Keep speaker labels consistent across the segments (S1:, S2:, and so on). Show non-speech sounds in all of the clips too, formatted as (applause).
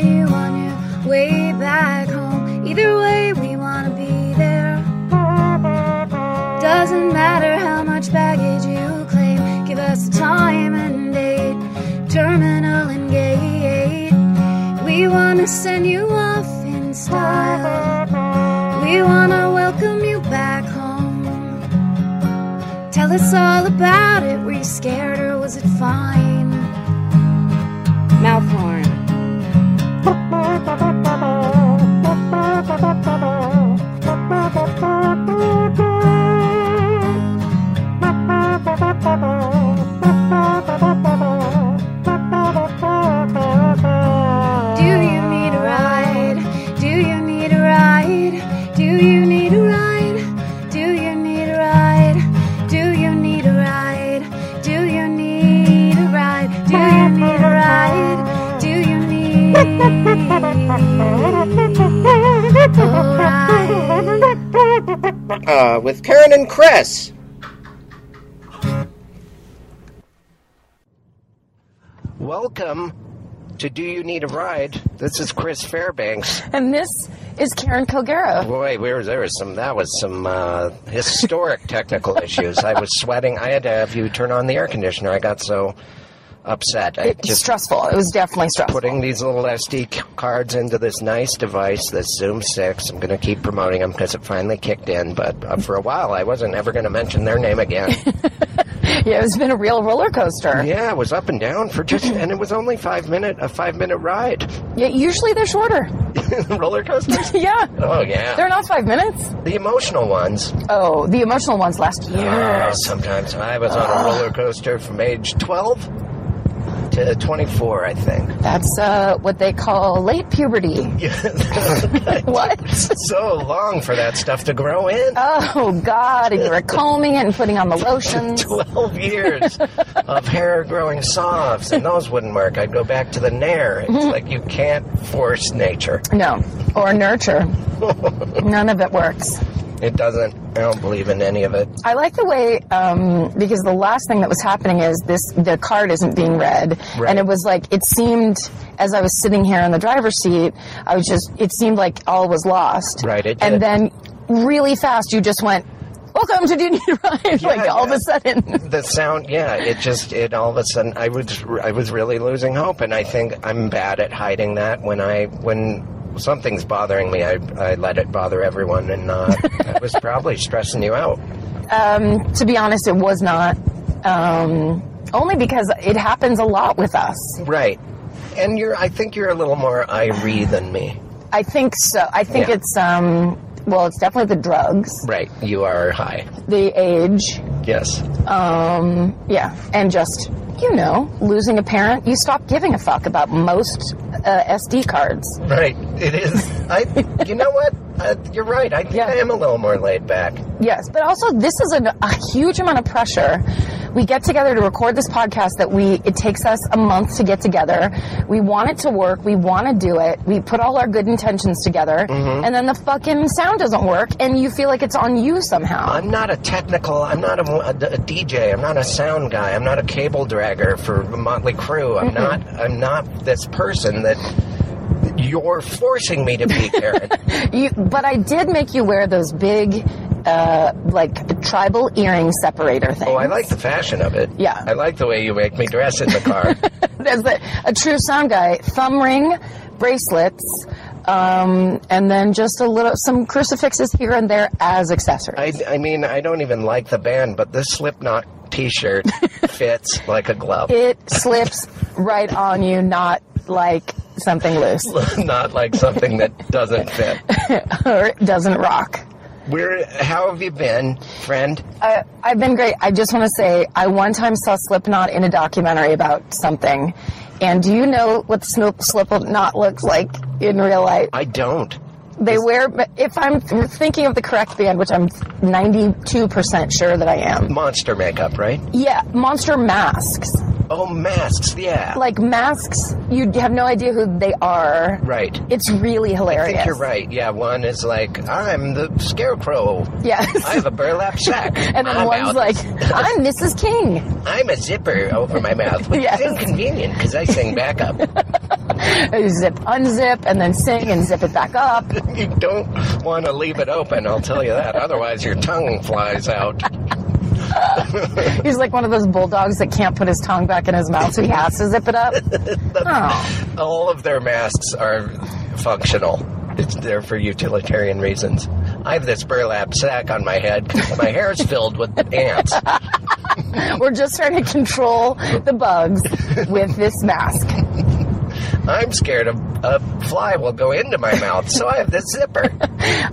S1: you on your way back home? Either way, we wanna be there. Doesn't matter how much baggage you claim, give us a time and date, terminal and gate. We wanna send you off in style. We wanna welcome you back home. Tell us all about it. Were you scared or was it fine? Mouth horn. Do you need a ride? Do you need a ride? Do you need a ride? Do you need a ride? Do you need a ride? Do you need a ride? Do you need a ride? Do you need a ride?
S2: uh, with Karen and Chris. Welcome to Do You Need a Ride? This is Chris Fairbanks.
S3: And this is Karen Kilgara.
S2: Boy, we were, there was some. That was some uh, historic technical issues. I was sweating. I had to have you turn on the air conditioner. I got so upset. I
S3: It's stressful. It was definitely stressful.
S2: putting these little SD c- cards into this nice device, this Zoom 6. I'm going to keep promoting them because it finally kicked in, but uh, for a while I wasn't ever going to mention their name again.
S3: (laughs) Yeah, it's been a real roller coaster.
S2: yeah, it was up and down for just, and it was only five minute, a five minute ride. (laughs)
S3: Yeah, usually they're shorter. (laughs)
S2: Roller coasters?
S3: Yeah.
S2: Oh, yeah.
S3: They're not five minutes.
S2: the emotional ones.
S3: Oh, the emotional ones last
S2: Ah,
S3: year.
S2: sometimes I was on a roller coaster from age 12 to 24, I think.
S3: That's uh, what they call late puberty. (laughs) What?
S2: so long for that stuff to grow in.
S3: Oh, God. And you were combing it and putting on the
S2: (laughs)
S3: lotions.
S2: 12 years of hair growing soft, and those wouldn't work. I'd go back to the nair. It's like you can't force nature.
S3: No. Or nurture. None of it works.
S2: It doesn't, I don't believe in any of it.
S3: I like the way um, because the last thing that was happening is this the card isn't being read,
S2: Right.
S3: and it was like it seemed as I was sitting here in the driver's seat, I was just it seemed like all was lost.
S2: Right, it
S3: and
S2: did.
S3: then really fast, you just went, "Welcome to Do You Need a (laughs) Ride!" like
S2: Yeah,
S3: all of
S2: yeah.
S3: a sudden.
S2: The sound, yeah, it just, it all of a sudden, I was, I was really losing hope, and I think I'm bad at hiding that when I, when something's bothering me, I, I let it bother everyone, and uh, (laughs) I was probably stressing you out.
S3: Um, to be honest, it was not. Um, only because it happens a lot with us.
S2: Right. And you're, I think you're a little more Irie than me.
S3: I think so. I think
S2: Yeah.
S3: it's um, well, it's definitely the drugs,
S2: Right. You are high.
S3: the age,
S2: Yes.
S3: Um, yeah, and just, you know, losing a parent, you stop giving a fuck about most uh, SD cards.
S2: Right. It is. I. You know what? Uh, you're right. I think
S3: Yeah.
S2: I am a little more laid back.
S3: Yes, but also this is an, a huge amount of pressure. We get together to record this podcast that we, it takes us a month to get together. We want it to work. We want to do it. We put all our good intentions together.
S2: Mm-hmm.
S3: And then the fucking sound doesn't work and you feel like it's on you somehow.
S2: I'm not a technical. I'm not a, a d- a DJ. I'm not a sound guy. I'm not a cable dragger for Motley Crue. I'm not. I'm not this person that you're forcing me to be, Karen.
S3: You, but I did make you wear those big, uh, like tribal earring separator things.
S2: oh, I like the fashion of it.
S3: Yeah.
S2: I like the way you make me dress in the car.
S3: As a, a true sound guy, thumb ring, bracelets, um, and then just a little some crucifixes here and there as accessories.
S2: I. I mean, I don't even like the band, but this Slipknot T-shirt fits like a glove.
S3: it slips right on you, not like something loose
S2: (laughs) not like something that doesn't fit.
S3: (laughs) or it doesn't rock.
S2: Where? How have you been, friend?
S3: Uh, I've been great. I just want to say, I one time saw Slipknot in a documentary about something. And do you know what Snoop Slipknot looks like in real life?
S2: I don't.
S3: They wear, if I'm thinking of the correct band, which I'm 92% sure that I am,
S2: Monster makeup, right?
S3: yeah, monster masks.
S2: Oh, masks. Yeah.
S3: Like masks, you have no idea who they are.
S2: right.
S3: It's really
S2: I
S3: hilarious.
S2: think you're right. Yeah, one is like, I'm the scarecrow.
S3: Yes.
S2: I have a burlap sack.
S3: (laughs) and then
S2: I'm
S3: one's
S2: out.
S3: like, I'm Mrs. King.
S2: I'm a zipper over my mouth, which
S3: (laughs) Yes.
S2: is inconvenient because I sing backup. (laughs)
S3: You zip, unzip, and then sing and zip it back up.
S2: you don't want to leave it open, I'll tell you that. Otherwise, your tongue flies out.
S3: He's like one of those bulldogs that can't put his tongue back in his mouth, so he has to zip
S2: (laughs)
S3: it up. Oh,
S2: All of their masks are functional. It's there for utilitarian reasons. I have this burlap sack on my head 'cause my hair's filled with
S3: (laughs)
S2: ants.
S3: we're just trying to control the bugs with this mask.
S2: I'm scared a, a fly will go into my mouth, so I have this zipper.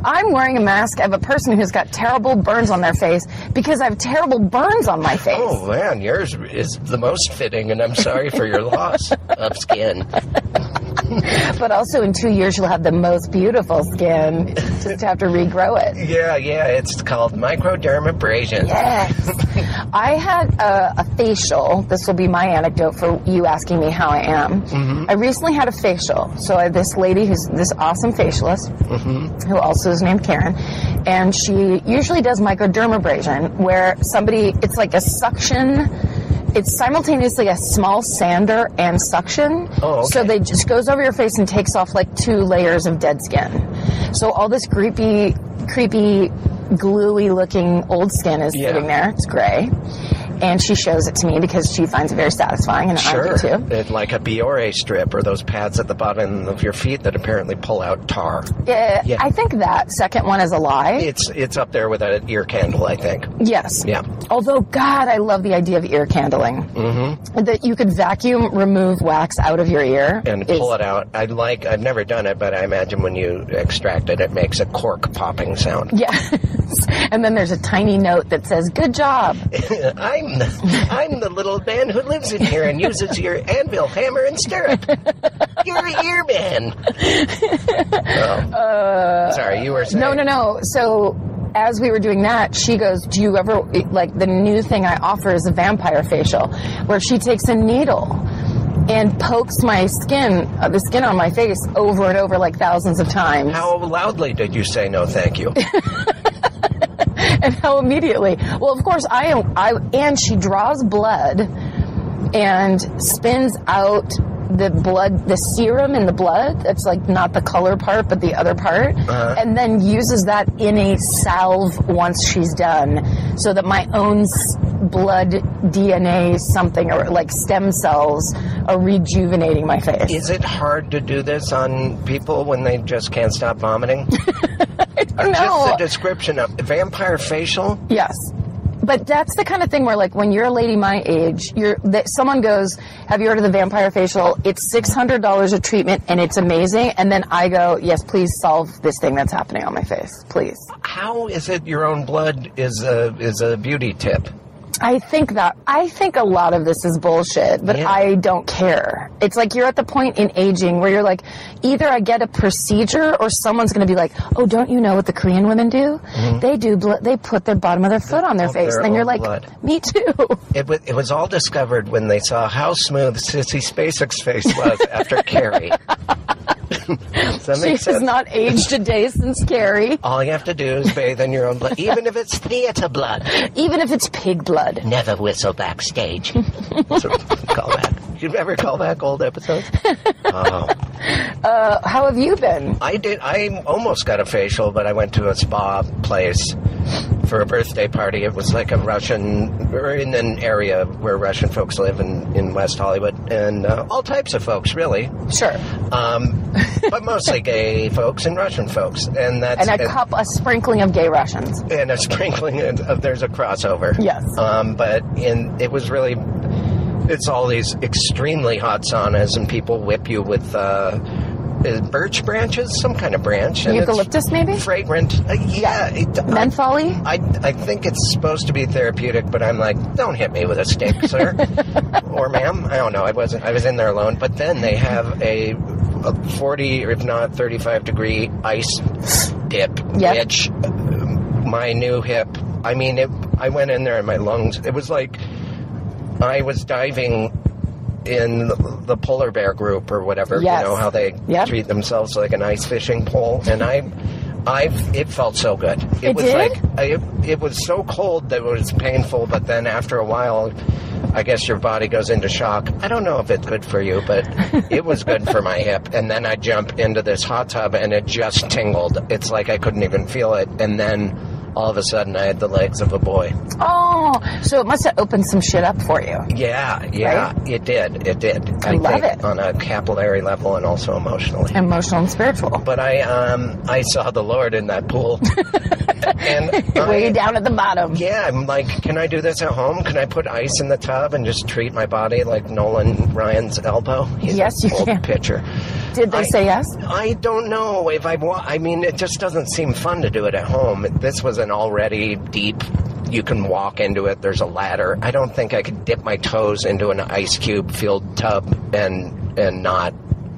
S3: I'm wearing a mask of a person who's got terrible burns on their face because I have terrible burns on my face.
S2: Oh man, yours is the most fitting, and I'm sorry for your loss of skin.
S3: But also, in two years, you'll have the most
S2: (laughs)
S3: beautiful skin. Just have to regrow it.
S2: Yeah, yeah, it's called microdermabrasion.
S3: Yes. I had a, a facial. This will be my anecdote for you asking me how I am.
S2: Mm-hmm.
S3: I recently had a facial. So I, this lady who's this awesome facialist,
S2: Mm-hmm.
S3: who also is named Karen, and she usually does microdermabrasion, where somebody, it's like a suction. It's simultaneously a small sander and suction.
S2: Oh, okay.
S3: So they just goes over your face and takes off like two layers of dead skin. So all this creepy, creepy, gluey looking old skin is
S2: Yeah.
S3: sitting there. It's gray. And she shows it to me because she finds it very satisfying and
S2: Sure,
S3: I do too.
S2: It- like a Biore strip or those pads at the bottom of your feet that apparently pull out tar.
S3: Yeah,
S2: Yeah.
S3: I think that second one is a lie.
S2: It's it's up there with an ear candle, I think.
S3: yes.
S2: Yeah.
S3: Although, God, I love the idea of ear candling. Mm-hmm. That you could vacuum remove wax out of your ear.
S2: And
S3: is-
S2: pull it out. I like. I've never done it, but I imagine when you extract it, it makes a cork popping sound.
S3: (laughs) Yes. and then there's a tiny note that says, good job.
S2: I'm the, I'm the little man who lives in here and uses your anvil, hammer, and stirrup. You're a ear man. Oh. Sorry, you were saying.
S3: Uh, No, no, no. So as we were doing that, she goes, "Do you ever like the new thing I offer is a vampire facial, where she takes a needle and pokes my skin, uh, the skin on my face, over and over like thousands of times."
S2: How loudly did you say no? Thank you.
S3: (laughs) and how immediately? Well, of course, I am. I and she draws blood and spins out the blood, the serum in the blood. That's like not the color part, but the other part, and then uses that in a salve once she's done, so that my own s- blood DNA something or like stem cells are rejuvenating my face.
S2: Is it hard to do this on people when they just can't stop
S3: (laughs)
S2: vomiting? Just the
S3: no.
S2: description of vampire facial.
S3: Yes. But that's the kind of thing where, like, when you're a lady my age, you're that someone goes, "Have you heard of the vampire facial? It's six hundred dollars a treatment, and it's amazing." And then I go, "Yes, please solve this thing that's happening on my face, please."
S2: How is it your own blood is a is a beauty tip?
S3: I think that I think a lot of this is bullshit, but
S2: Yeah.
S3: I don't care. It's like you're at the point in aging where you're like, either I get a procedure, or someone's going to be like, "Oh, don't you know what the Korean women do? They do. Bl- they put the bottom of their foot on their
S2: Mm-hmm. Of their
S3: face." and you're
S2: own
S3: like,
S2: blood.
S3: "Me too."
S2: It was it was all discovered when they saw how smooth Sissy Spacek's face was after Carrie. Does that
S3: She
S2: make
S3: has
S2: sense?
S3: not aged a day since Carrie,
S2: all you have to do is bathe in your own blood, even if it's theater blood.
S3: even if it's pig blood.
S2: Never whistle backstage. That's what we call back. You ever call back old episodes? Oh.
S3: Uh, how have you been?
S2: I did. I almost got a facial, but I went to a spa place for a birthday party. It was like a Russian. We're in an area where Russian folks live in in West Hollywood, and uh, all types of folks, really,
S3: Sure.
S2: um, but mostly gay folks and Russian folks, and that's
S3: And a cup, a sprinkling of gay Russians.
S2: and a sprinkling of, of there's a crossover.
S3: Yes.
S2: Um, but in it was really it's all these extremely hot saunas, and people whip you with uh, is it birch branches, some kind of branch, and it's
S3: Eucalyptus, maybe?
S2: fragrant. Uh, yeah, it, uh, I,
S3: Mentholy?
S2: I I think it's supposed to be therapeutic, but I'm like, don't hit me with a stick,
S3: (laughs)
S2: sir or ma'am. I don't know. I wasn't. I was in there alone. But then they have a, a forty, if not thirty-five degree ice dip,
S3: Yep.
S2: which uh, my new hip. I mean, it, I went in there and my lungs. It was like I was diving in the, the polar bear group or whatever.
S3: Yes.
S2: You know how they
S3: Yep.
S2: treat themselves like an ice fishing pole, and I. I it felt so good. It,
S3: It
S2: was
S3: did?
S2: like I, it, it was so cold that it was painful, but then after a while, I guess your body goes into shock. I don't know if it's good for you,
S3: (laughs)
S2: but it was good for my hip. And then I jump into this hot tub and it just tingled. It's like I couldn't even feel it. And then all of a sudden, I had the legs of a boy.
S3: Oh, so it must have opened some shit up for you.
S2: Yeah, yeah, it did. It did. I,
S3: love
S2: think
S3: it.
S2: on a capillary level and also emotionally.
S3: Emotional and spiritual.
S2: But I, um, I saw the Lord in that
S3: (laughs)
S2: pool. and I-
S3: Way down at the bottom.
S2: Yeah, I'm like, can I do this at home? Can I put ice in the tub and just treat my body like Nolan Ryan's elbow? He's
S3: Yes,
S2: an
S3: you
S2: old
S3: can.
S2: Pitcher.
S3: Did they
S2: I-
S3: say yes?
S2: I don't know if I want. I mean, it just doesn't seem fun to do it at home. This was an already deep. You can walk into it. There's a ladder. I don't think I could dip my toes into an ice cube filled tub and and not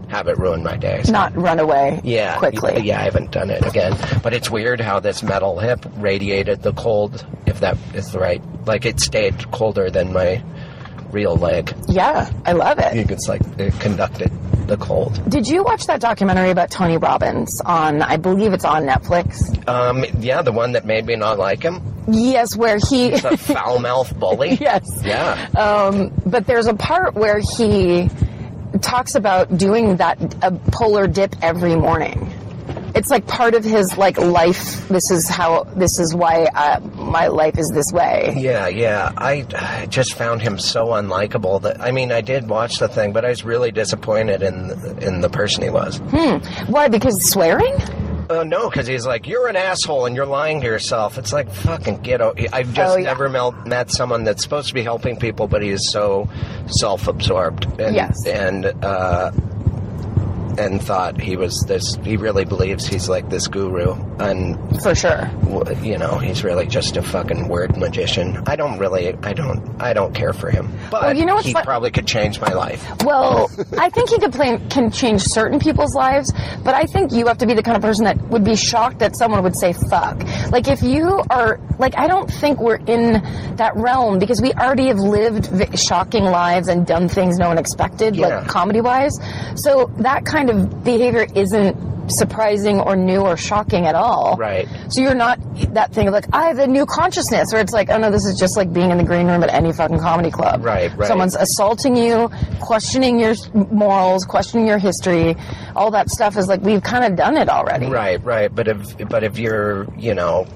S2: have it ruin my day. So
S3: Not run away
S2: yeah,
S3: quickly.
S2: Yeah, I haven't done it again. But it's weird how this metal hip radiated the cold, if that is the right. Like it stayed colder than my real leg.
S3: Yeah, I love
S2: I
S3: it.
S2: think it's like it conducted the cold.
S3: Did you watch that documentary about Tony Robbins on, I believe it's on Netflix?
S2: Um, yeah, the one that made me not like him,
S3: Yes, where he. (laughs)
S2: the foul mouth bully.
S3: yes.
S2: Yeah.
S3: Um, but there's a part where he talks about doing that a polar dip every morning. It's like part of his like life. This is how. This is why uh, my life is this way.
S2: Yeah, yeah. I, I just found him so unlikable that I mean, I did watch the thing, but I was really disappointed in in the person he was.
S3: Why? Because swearing?
S2: Oh no, because he's like, you're an asshole and you're lying to yourself. It's like fucking get. o- I've just
S3: Oh, yeah.
S2: never mel- met someone that's supposed to be helping people, but he's so self-absorbed and
S3: Yes.
S2: and uh, and thought he was this. He really believes he's like this guru, and
S3: For sure.
S2: w- you know, he's really just a fucking word magician. I don't really, I don't, I don't care for him. But
S3: you know what's
S2: he
S3: fu-
S2: probably could change my life.
S3: Well, I think he could play, can change certain people's lives, but I think you have to be the kind of person that would be shocked that someone would say fuck. Like if you are like I don't think we're in that realm because we already have lived v- shocking lives and done things no one expected,
S2: Yeah.
S3: like comedy wise. So that kind of behavior isn't surprising or new or shocking at all.
S2: Right.
S3: So you're not that thing of like I have a new consciousness, or it's like oh no, this is just like being in the green room at any fucking comedy club.
S2: Right, right.
S3: Someone's assaulting you, questioning your morals, questioning your history, all that stuff is like we've kind of done it already.
S2: Right, right. But if but if you're you know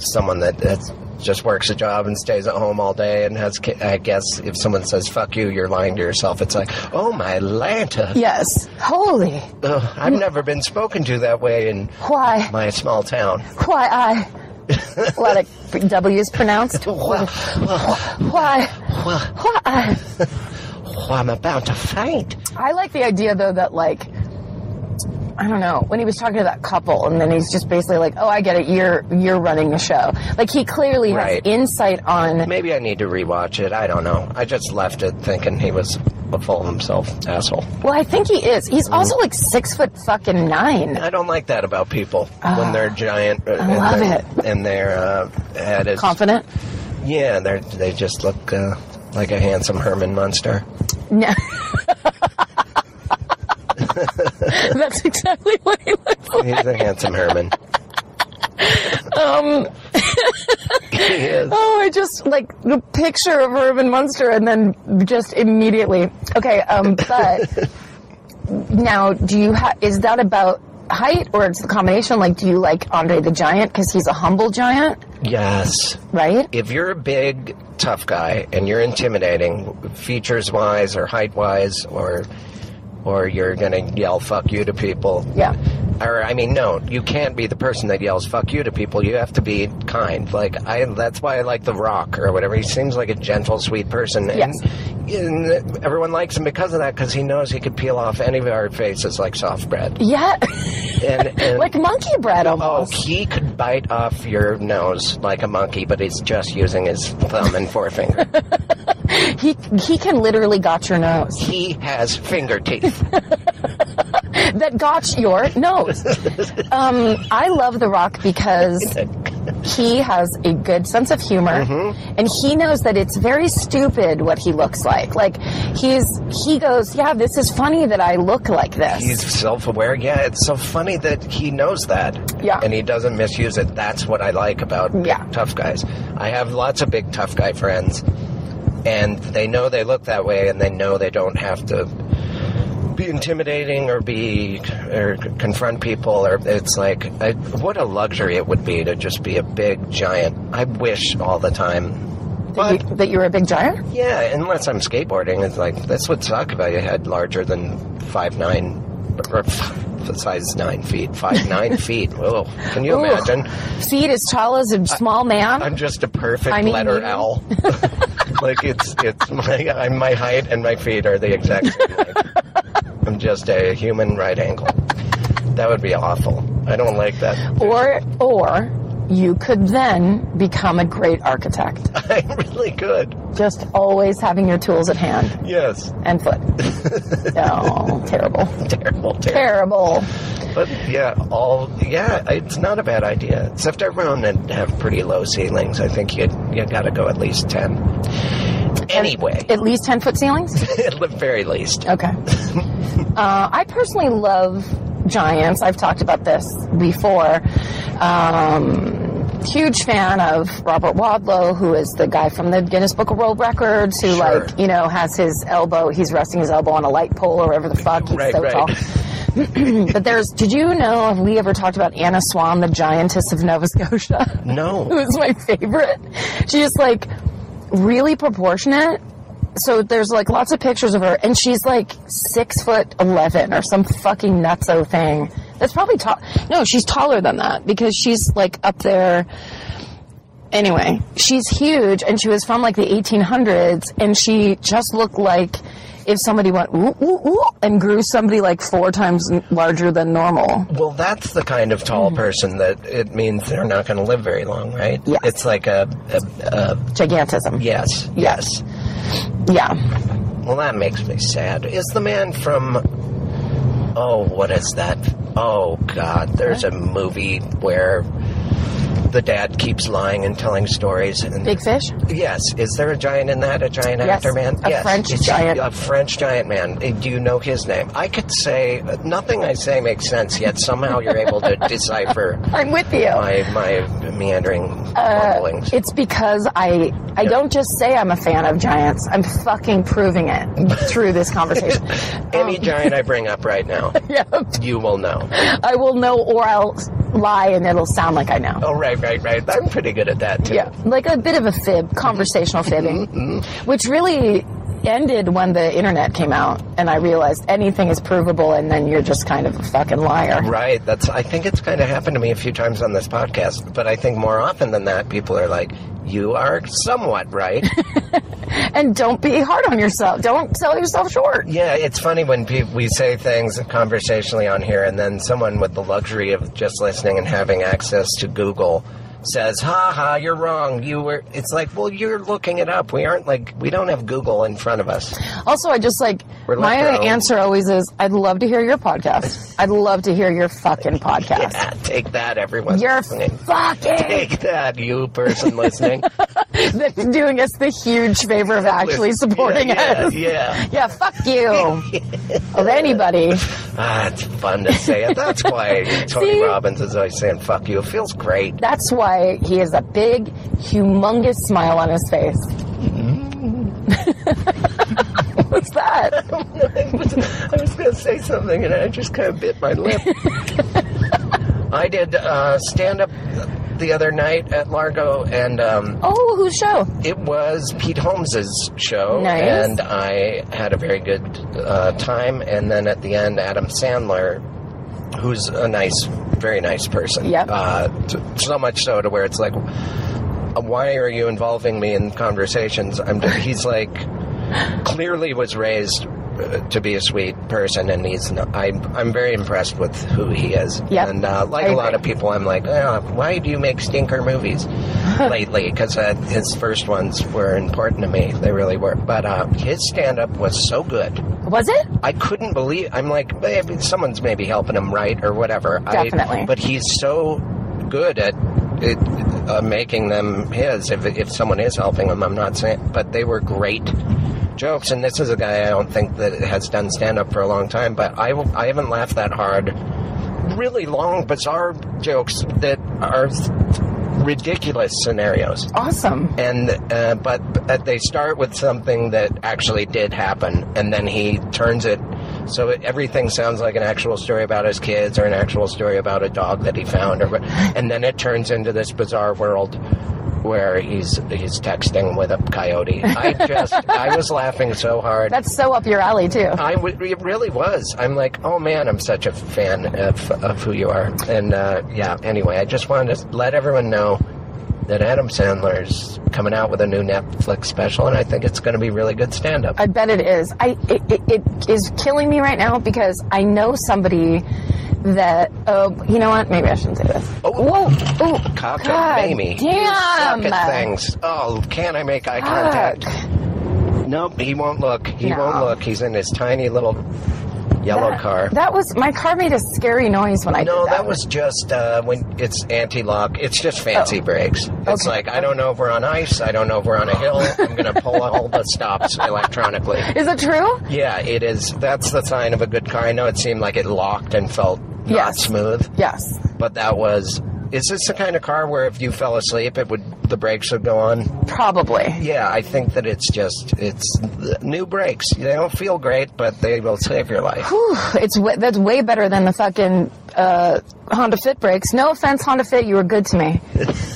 S2: someone that that's just works a job and stays at home all day and has ki- I guess if someone says fuck you, you're lying to yourself. It's like oh my lanta,
S3: Yes. Holy.
S2: Ugh, I've never been spoken to that way in
S3: Why?
S2: my small town. (laughs)
S3: Why I? a lot of W's pronounced.
S2: Well,
S3: Why? Why? I?
S2: well, I'm about to faint.
S3: I like the idea though that like I don't know when he was talking to that couple and then he's just basically like, "Oh, I get it. You're you're running the show." Like he clearly
S2: Right.
S3: has insight on
S2: Maybe I need to rewatch it. I don't know. I just left it thinking he was a full of himself asshole.
S3: Well, I think he is.
S2: Mm-hmm.
S3: He's also like 6 foot fucking 9.
S2: I don't like that about people when they're giant uh, and
S3: Ah. love
S2: they're,
S3: it.
S2: and their uh, head is
S3: Confident?
S2: Yeah, they they just look uh, like a handsome Herman Munster.
S3: No. (laughs) That's exactly what he looks like.
S2: He's a handsome Herman.
S3: Um,
S2: (laughs) He is.
S3: oh, I just like the picture of Urban Munster and then just immediately. Okay, um, but now do you ha- is that about height or it's the combination? Like, do you like Andre the Giant because he's a humble giant,
S2: Yes.
S3: right?
S2: If you're a big tough guy and you're intimidating, features wise or height wise, or or you're gonna yell "fuck you" to people,
S3: Yeah.
S2: or I mean, no, you can't be the person that yells "fuck you" to people. You have to be kind. Like I, that's why I like The Rock or whatever. He seems like a gentle, sweet person, and,
S3: Yes.
S2: and everyone likes him because of that. Because he knows he could peel off any of our faces like soft
S3: (laughs)
S2: bread.
S3: Yeah,
S2: And, and
S3: like monkey bread
S2: Oh,
S3: almost.
S2: he could bite off your nose like a monkey, but he's just using his thumb and forefinger.
S3: He he can literally got your nose.
S2: he has finger teeth.
S3: That got your nose. Um, I love The Rock because he has a good sense of humor, and he knows that it's very stupid what he looks like. Like he's he goes, yeah, this is funny that I look like this.
S2: He's self-aware. Yeah, it's so funny that he knows that.
S3: Yeah.
S2: And he doesn't misuse it. That's what I like about big
S3: Yeah.
S2: tough guys. I have lots of big tough guy friends, and they know they look that way, and they know they don't have to be intimidating or be or confront people. Or it's like, I, what a luxury it would be to just be a big giant. I wish all the time. But
S3: You- that you're a big giant.
S2: yeah, unless I'm skateboarding, it's like that's what suck about your head larger than five nine or f- size nine feet, five
S3: (laughs)
S2: nine feet. Oh, can you
S3: Ooh.
S2: imagine?
S3: Feet as tall as a small man.
S2: I'm just a perfect
S3: I mean,
S2: letter
S3: you- (laughs)
S2: L. like it's it's my I'm, my height and my feet are the exact same. length. I'm just a human right angle. That would be awful. I don't like that. (laughs)
S3: or or you could then become a great architect.
S2: I really could.
S3: Just always having your tools at hand
S2: Yes.
S3: and foot. oh, terrible.
S2: Terrible. Terrible.
S3: Terrible.
S2: But yeah, all yeah, it's not a bad idea. Except everyone that have pretty low ceilings. I think you you got to go at least ten. Anyway, (laughs)
S3: At least 10 foot ceilings?
S2: at the very least, (laughs)
S3: Okay. Uh, I personally love giants. I've talked about this before. Um, huge fan of Robert Wadlow, who is the guy from the Guinness Book of World Records, who,
S2: Sure.
S3: like, you know, has his elbow, he's resting his elbow on a light pole or whatever the fuck. He's
S2: Right,
S3: so
S2: right.
S3: tall. (clears throat) but there's, did you know, have we ever talked about Anna Swan, the giantess of Nova Scotia? (laughs)
S2: no.
S3: who's my favorite. She's like really proportionate. So there's like lots of pictures of her, and she's like six foot eleven or some fucking nutso thing. That's probably tall. No, she's taller than that because she's like up there. Anyway, she's huge, and she was from like the 1800s, and she just looked like if somebody went ooh ooh ooh and grew somebody like four times larger than normal.
S2: Well, that's the kind of tall person that it means they're not going to live very long, right?
S3: Yes.
S2: It's like a, a, a
S3: Gigantism.
S2: yes, yes.
S3: Yeah.
S2: Well, that makes me sad. Is the man from? Oh, what is that? Oh God, there's a movie where the dad keeps lying and telling stories and
S3: Big fish.
S2: Yes. Is there a giant in that? A giant
S3: Yes,
S2: actor man?
S3: a French giant.
S2: A French giant man. Uh, Do you know his name? I could say uh, nothing. I say makes sense. Yet somehow you're able
S3: (laughs)
S2: to decipher
S3: I'm with you.
S2: my my meandering
S3: Uh,
S2: mumblings.
S3: It's because I I don't just say I'm a fan of giants. I'm fucking proving it through this conversation.
S2: Any giant I bring up right
S3: (laughs)
S2: now,
S3: yep.
S2: you will know.
S3: I will know, or I'll lie, and it'll sound like I know.
S2: Oh, right, right, right. I'm pretty good at that too.
S3: Yeah, like a bit of a fib, conversational fibbing, which really ended when the internet came out, and I realized anything is provable, and then you're just kind of a fucking liar.
S2: Right. That's. I think it's kind of happened to me a few times on this podcast, but I think more often than that, people are like, "You are somewhat right."
S3: And don't be hard on yourself. Don't sell yourself short.
S2: Yeah, it's funny when pe- we say things conversationally on here, and then someone with the luxury of just listening and having access to Google says, "Ha ha, you're wrong. You were." It's like, well, you're looking it up. We aren't like we don't have Google in front of us.
S3: Also, I just like
S2: We're
S3: my
S2: left our own-
S3: answer always is I'd love to hear your podcast. I'd love to hear your fucking podcast.
S2: (laughs) Yeah, take that, everyone.
S3: You're
S2: listening. (laughs)
S3: fucking
S2: Take that, you person listening.
S3: that's doing us the huge favor of (laughs) actually supporting
S2: yeah,
S3: us.
S2: Yeah, yeah.
S3: (laughs) Yeah, fuck
S2: (laughs)
S3: you. of anybody.
S2: Ah, it's fun to say it. That's
S3: (laughs)
S2: why Tony
S3: See?
S2: Robbins is always saying "fuck you." It feels great.
S3: That's why he has a big, humongous smile on his face.
S2: Mm.
S3: (laughs) What's that?
S2: I was, I was going to say something, and I just kind of bit my lip. I did uh, stand up the other night at Largo, and um,
S3: Oh, whose show?
S2: it was Pete Holmes's show,
S3: Nice.
S2: and I had a very good uh, time. And then at the end, Adam Sandler who's a nice, very nice person.
S3: Yep.
S2: Uh, t- so much so to where it's like, uh, why are you involving me in conversations? I'm. Just, he's like, clearly was raised uh, to be a sweet person, and he's. Not, I'm. I'm very impressed with who he is.
S3: Yep.
S2: And uh, like
S3: I
S2: a lot
S3: agree.
S2: of people, I'm like, "Ah, why do you make stinker
S3: (laughs)
S2: movies lately? Because uh, his first ones were important to me. They really were. But uh, his stand-up was so good.
S3: Was it?
S2: I couldn't believe. I'm like, maybe someone's maybe helping him write or whatever. I-
S3: Definitely.
S2: but he's so good at it, uh, making them his. If if someone is helping him, I'm not saying. But they were great jokes. And this is a guy I don't think that has done stand up for a long time. But I w- I haven't laughed that hard. Really long, bizarre jokes that are ridiculous scenarios
S3: Awesome.
S2: and uh, but but they start with something that actually did happen, and then he turns it so it, everything sounds like an actual story about his kids or an actual story about a dog that he found, or what- and then it turns into this bizarre world where he's he's texting with a coyote. I just I was laughing so hard.
S3: That's so up your alley too.
S2: I w- it really was. I'm like, oh man, I'm such a fan of, of who you are. And uh, yeah, anyway, I just wanted to let everyone know that Adam Sandler's coming out with a new Netflix special, and I think it's going to be really good stand up.
S3: I bet it is. I it, it, it is killing me right now because I know somebody that. Oh, you know what? Maybe I shouldn't say this.
S2: Oh, whoa, ooh, Cocked up,
S3: God
S2: Mamie. You
S3: damn.
S2: suck at things. Oh, can I make eye
S3: Fuck.
S2: contact? Nope, he won't look. He
S3: No.
S2: won't look. He's in his tiny little yellow car.
S3: That was my car made a scary noise when I
S2: No,
S3: did that. Oh.
S2: that was just uh, when it's anti-lock. It's just fancy brakes. It's
S3: Okay.
S2: like I don't know if we're on ice. I don't know if we're on a hill. I'm gonna pull all the stops electronically.
S3: Is it true?
S2: Yeah, it is. That's the sign of a good car. I know it seemed like it locked and felt not
S3: Yes.
S2: smooth,
S3: Yes.
S2: but that was. Is this the kind of car where if you fell asleep, it would the brakes would go on?
S3: Probably.
S2: Yeah, I think that it's just it's new brakes. They don't feel great, but they will save your life.
S3: It's wa- that's way better than the fucking uh, Honda Fit brakes. No offense, Honda Fit, you were good
S2: (laughs)
S3: to me,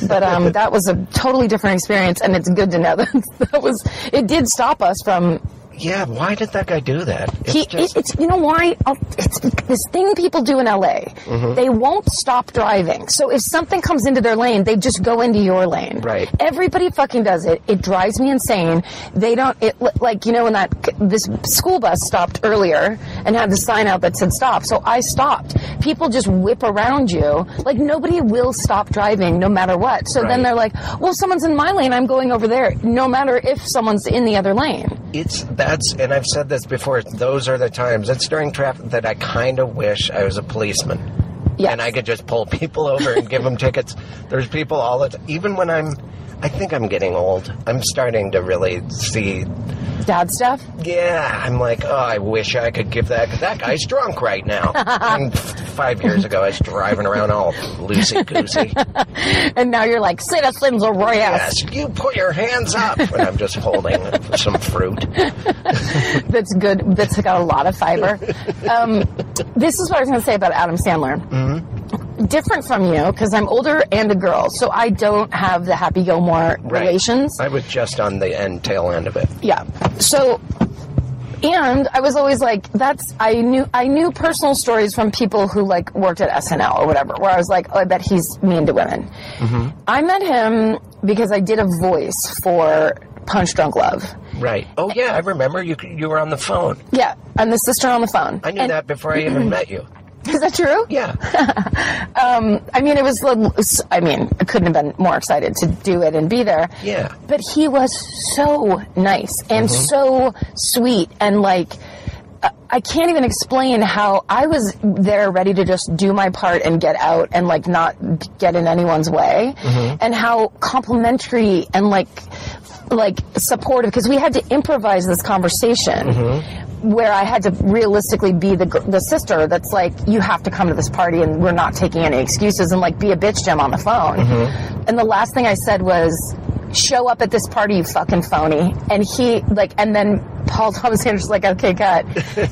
S3: but um, that was a totally different experience, and it's good to know (laughs) that that was. It did stop us from
S2: Yeah, why did that guy do that? It's
S3: He, it, it's you know why I'll- it's this thing people do in LA.
S2: Mm-hmm.
S3: They won't stop driving. So if something comes into their lane, they just go into your lane.
S2: Right.
S3: Everybody fucking does it. It drives me insane. They don't. It like you know when that this school bus stopped earlier and had the sign out that said stop. So I stopped. People just whip around you. Like nobody will stop driving no matter what. So then
S2: Right.
S3: they're like, well, someone's in my lane. I'm going over there. No matter if someone's in the other lane.
S2: It's that's, and I've said this before. Those are the times. It's during traffic that I kind of wish I was a policeman,
S3: Yes.
S2: and I could just pull (laughs) people over and give them tickets. There's people all the t- even when I'm. I think I'm getting old. I'm starting to really see.
S3: Dad stuff.
S2: Yeah, I'm like, oh, I wish I could give that. That guy's drunk right now. and f- five years ago, I was driving around all loosey goosey.
S3: (laughs) And now you're like, citizens of Royale.
S2: yes, you put your hands up, and I'm just holding some fruit.
S3: That's good. That's got a lot of
S2: (laughs)
S3: fiber. um, this is what I was going to say about Adam Sandler.
S2: Mm-hmm.
S3: Different from you because I'm older and a girl, so I don't have the happy Gilmore
S2: Right.
S3: relations.
S2: I was just on the end tail end of it.
S3: yeah. So, and I was always like, that's I knew I knew personal stories from people who like worked at SNL or whatever, where I was like, oh, I bet he's mean to women.
S2: Mm-hmm.
S3: I met him because I did a voice for Punch Drunk Love.
S2: Right. Oh yeah, I remember you. You were on the phone.
S3: Yeah, I'm the sister on the phone.
S2: I knew that before I even met you.
S3: Is that true?
S2: Yeah.
S3: I mean, it was. the- I mean, I couldn't have been more excited to do it and be there.
S2: Yeah. Mm-hmm.
S3: But he was so nice and so sweet and like. I- I can't even explain how I was there ready to just do my part and get out and like not get in anyone's way
S2: Mm-hmm.
S3: and how complimentary and like like supportive because we had to improvise this conversation
S2: Mm-hmm.
S3: where I had to realistically be the, gr- the sister that's like, you have to come to this party and we're not taking any excuses and like be a bitch Jim on the phone.
S2: Mm-hmm.
S3: And the last thing I said was, show up at this party, you fucking phony. And he like, and then Paul (laughs) Thomas Anderson's
S2: (laughs)
S3: like, okay, cut.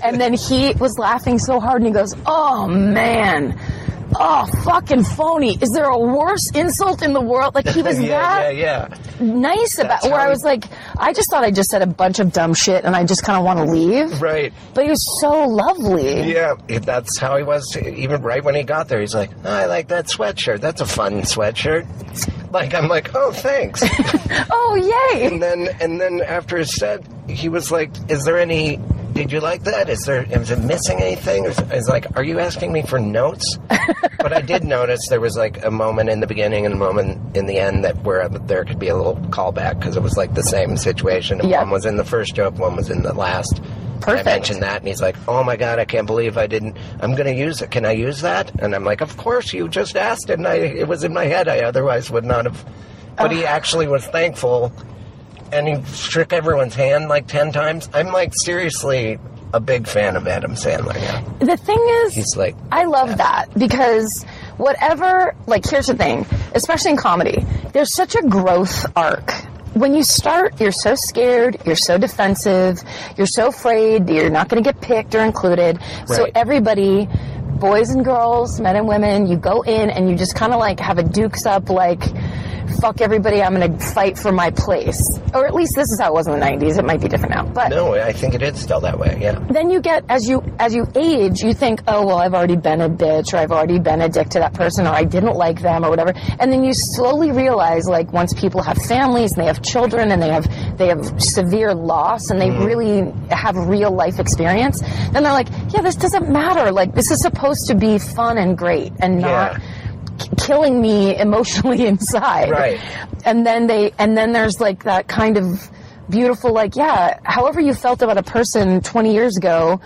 S3: and then he was laughing so hard and he goes, oh man oh, fucking phony. Is there a worse insult in the world?
S2: (laughs)
S3: Like, he was that
S2: yeah, yeah, yeah.
S3: nice about
S2: That's
S3: where
S2: how
S3: I
S2: he-
S3: was like, I just thought I just said a bunch of dumb shit and I just kind of want to leave.
S2: Right.
S3: But he was so lovely.
S2: Yeah, if that's how he was. Even right when he got there, he's like, "Oh, "I like that sweatshirt. That's a fun sweatshirt." Like I'm like, "Oh, thanks."
S3: Oh, yay.
S2: and then and then after his set, he was like, "Is there any? Did you like that? Is there? Is it missing anything?" Is like, "Are you asking me for notes?" but I did notice there was like a moment in the beginning and a moment in the end that where there could be a little callback because it was like the same situation. And
S3: Yeah.
S2: One was in the first joke, one was in the last.
S3: Perfect.
S2: I mentioned that, and he's like, "Oh my god, I can't believe I didn't. I'm going to use it. Can I use that?" And I'm like, "Of course, you just asked, it, and I, it was in my head. I otherwise would not have." But he actually was thankful, and he shook everyone's hand like ten times. I'm like seriously a big fan of Adam Sandler. Now.
S3: The thing is,
S2: He's like,
S3: I love that because whatever, like, here's the thing, especially in comedy, there's such a growth arc. When you start, you're so scared, you're so defensive, you're so afraid that you're not going to get picked or included. So
S2: Right.
S3: everybody, boys and girls, men and women, you go in and you just kind of like have a dukes up, like, fuck everybody, I'm going to fight for my place. Or at least this is how it was in the 90s. It might be different now. But
S2: "No, I think it is still that way." Yeah.
S3: then you get as you as you age, you think, oh well, I've already been a bitch, or I've already been a dick to that person, or I didn't like them, or whatever. And then you slowly realize, like, once people have families and they have children and they have they have severe loss and they
S2: Mm-hmm.
S3: really have real life experience, then they're like, yeah, this doesn't matter. Like, this is supposed to be fun and great, and not
S2: Yeah.
S3: killing me emotionally (laughs) inside.
S2: Right.
S3: And then they and then there's like that kind of beautiful like yeah, however you felt about a person 20 years ago,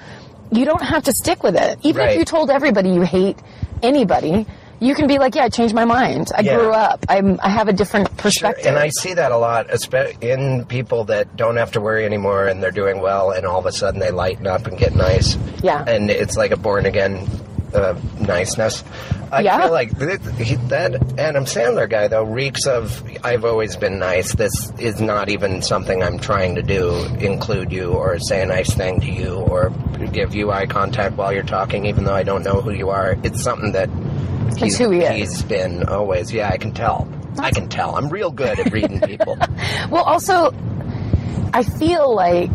S3: you don't have to stick with it. Even if
S2: Right.
S3: you told everybody you hate anybody, you can be like, yeah, I changed my mind. I
S2: Yeah.
S3: grew up. I'm I have a different perspective.
S2: And I see that a lot, espe- in people that don't have to worry anymore and they're doing well, and all of a sudden they lighten up and get nice.
S3: Yeah.
S2: And it's like a born again uh, niceness. I
S3: Yeah.
S2: feel like th- he, that Adam Sandler guy, though, reeks of I've always been nice. This is not even something I'm trying to do, include you or say a nice thing to you or give you eye contact while you're talking, even though I don't know who you are. It's something that. He's,
S3: who he is.
S2: He's been always. Yeah, I can tell. I can tell. I'm real good at reading
S3: (laughs)
S2: people.
S3: Well, also, I feel like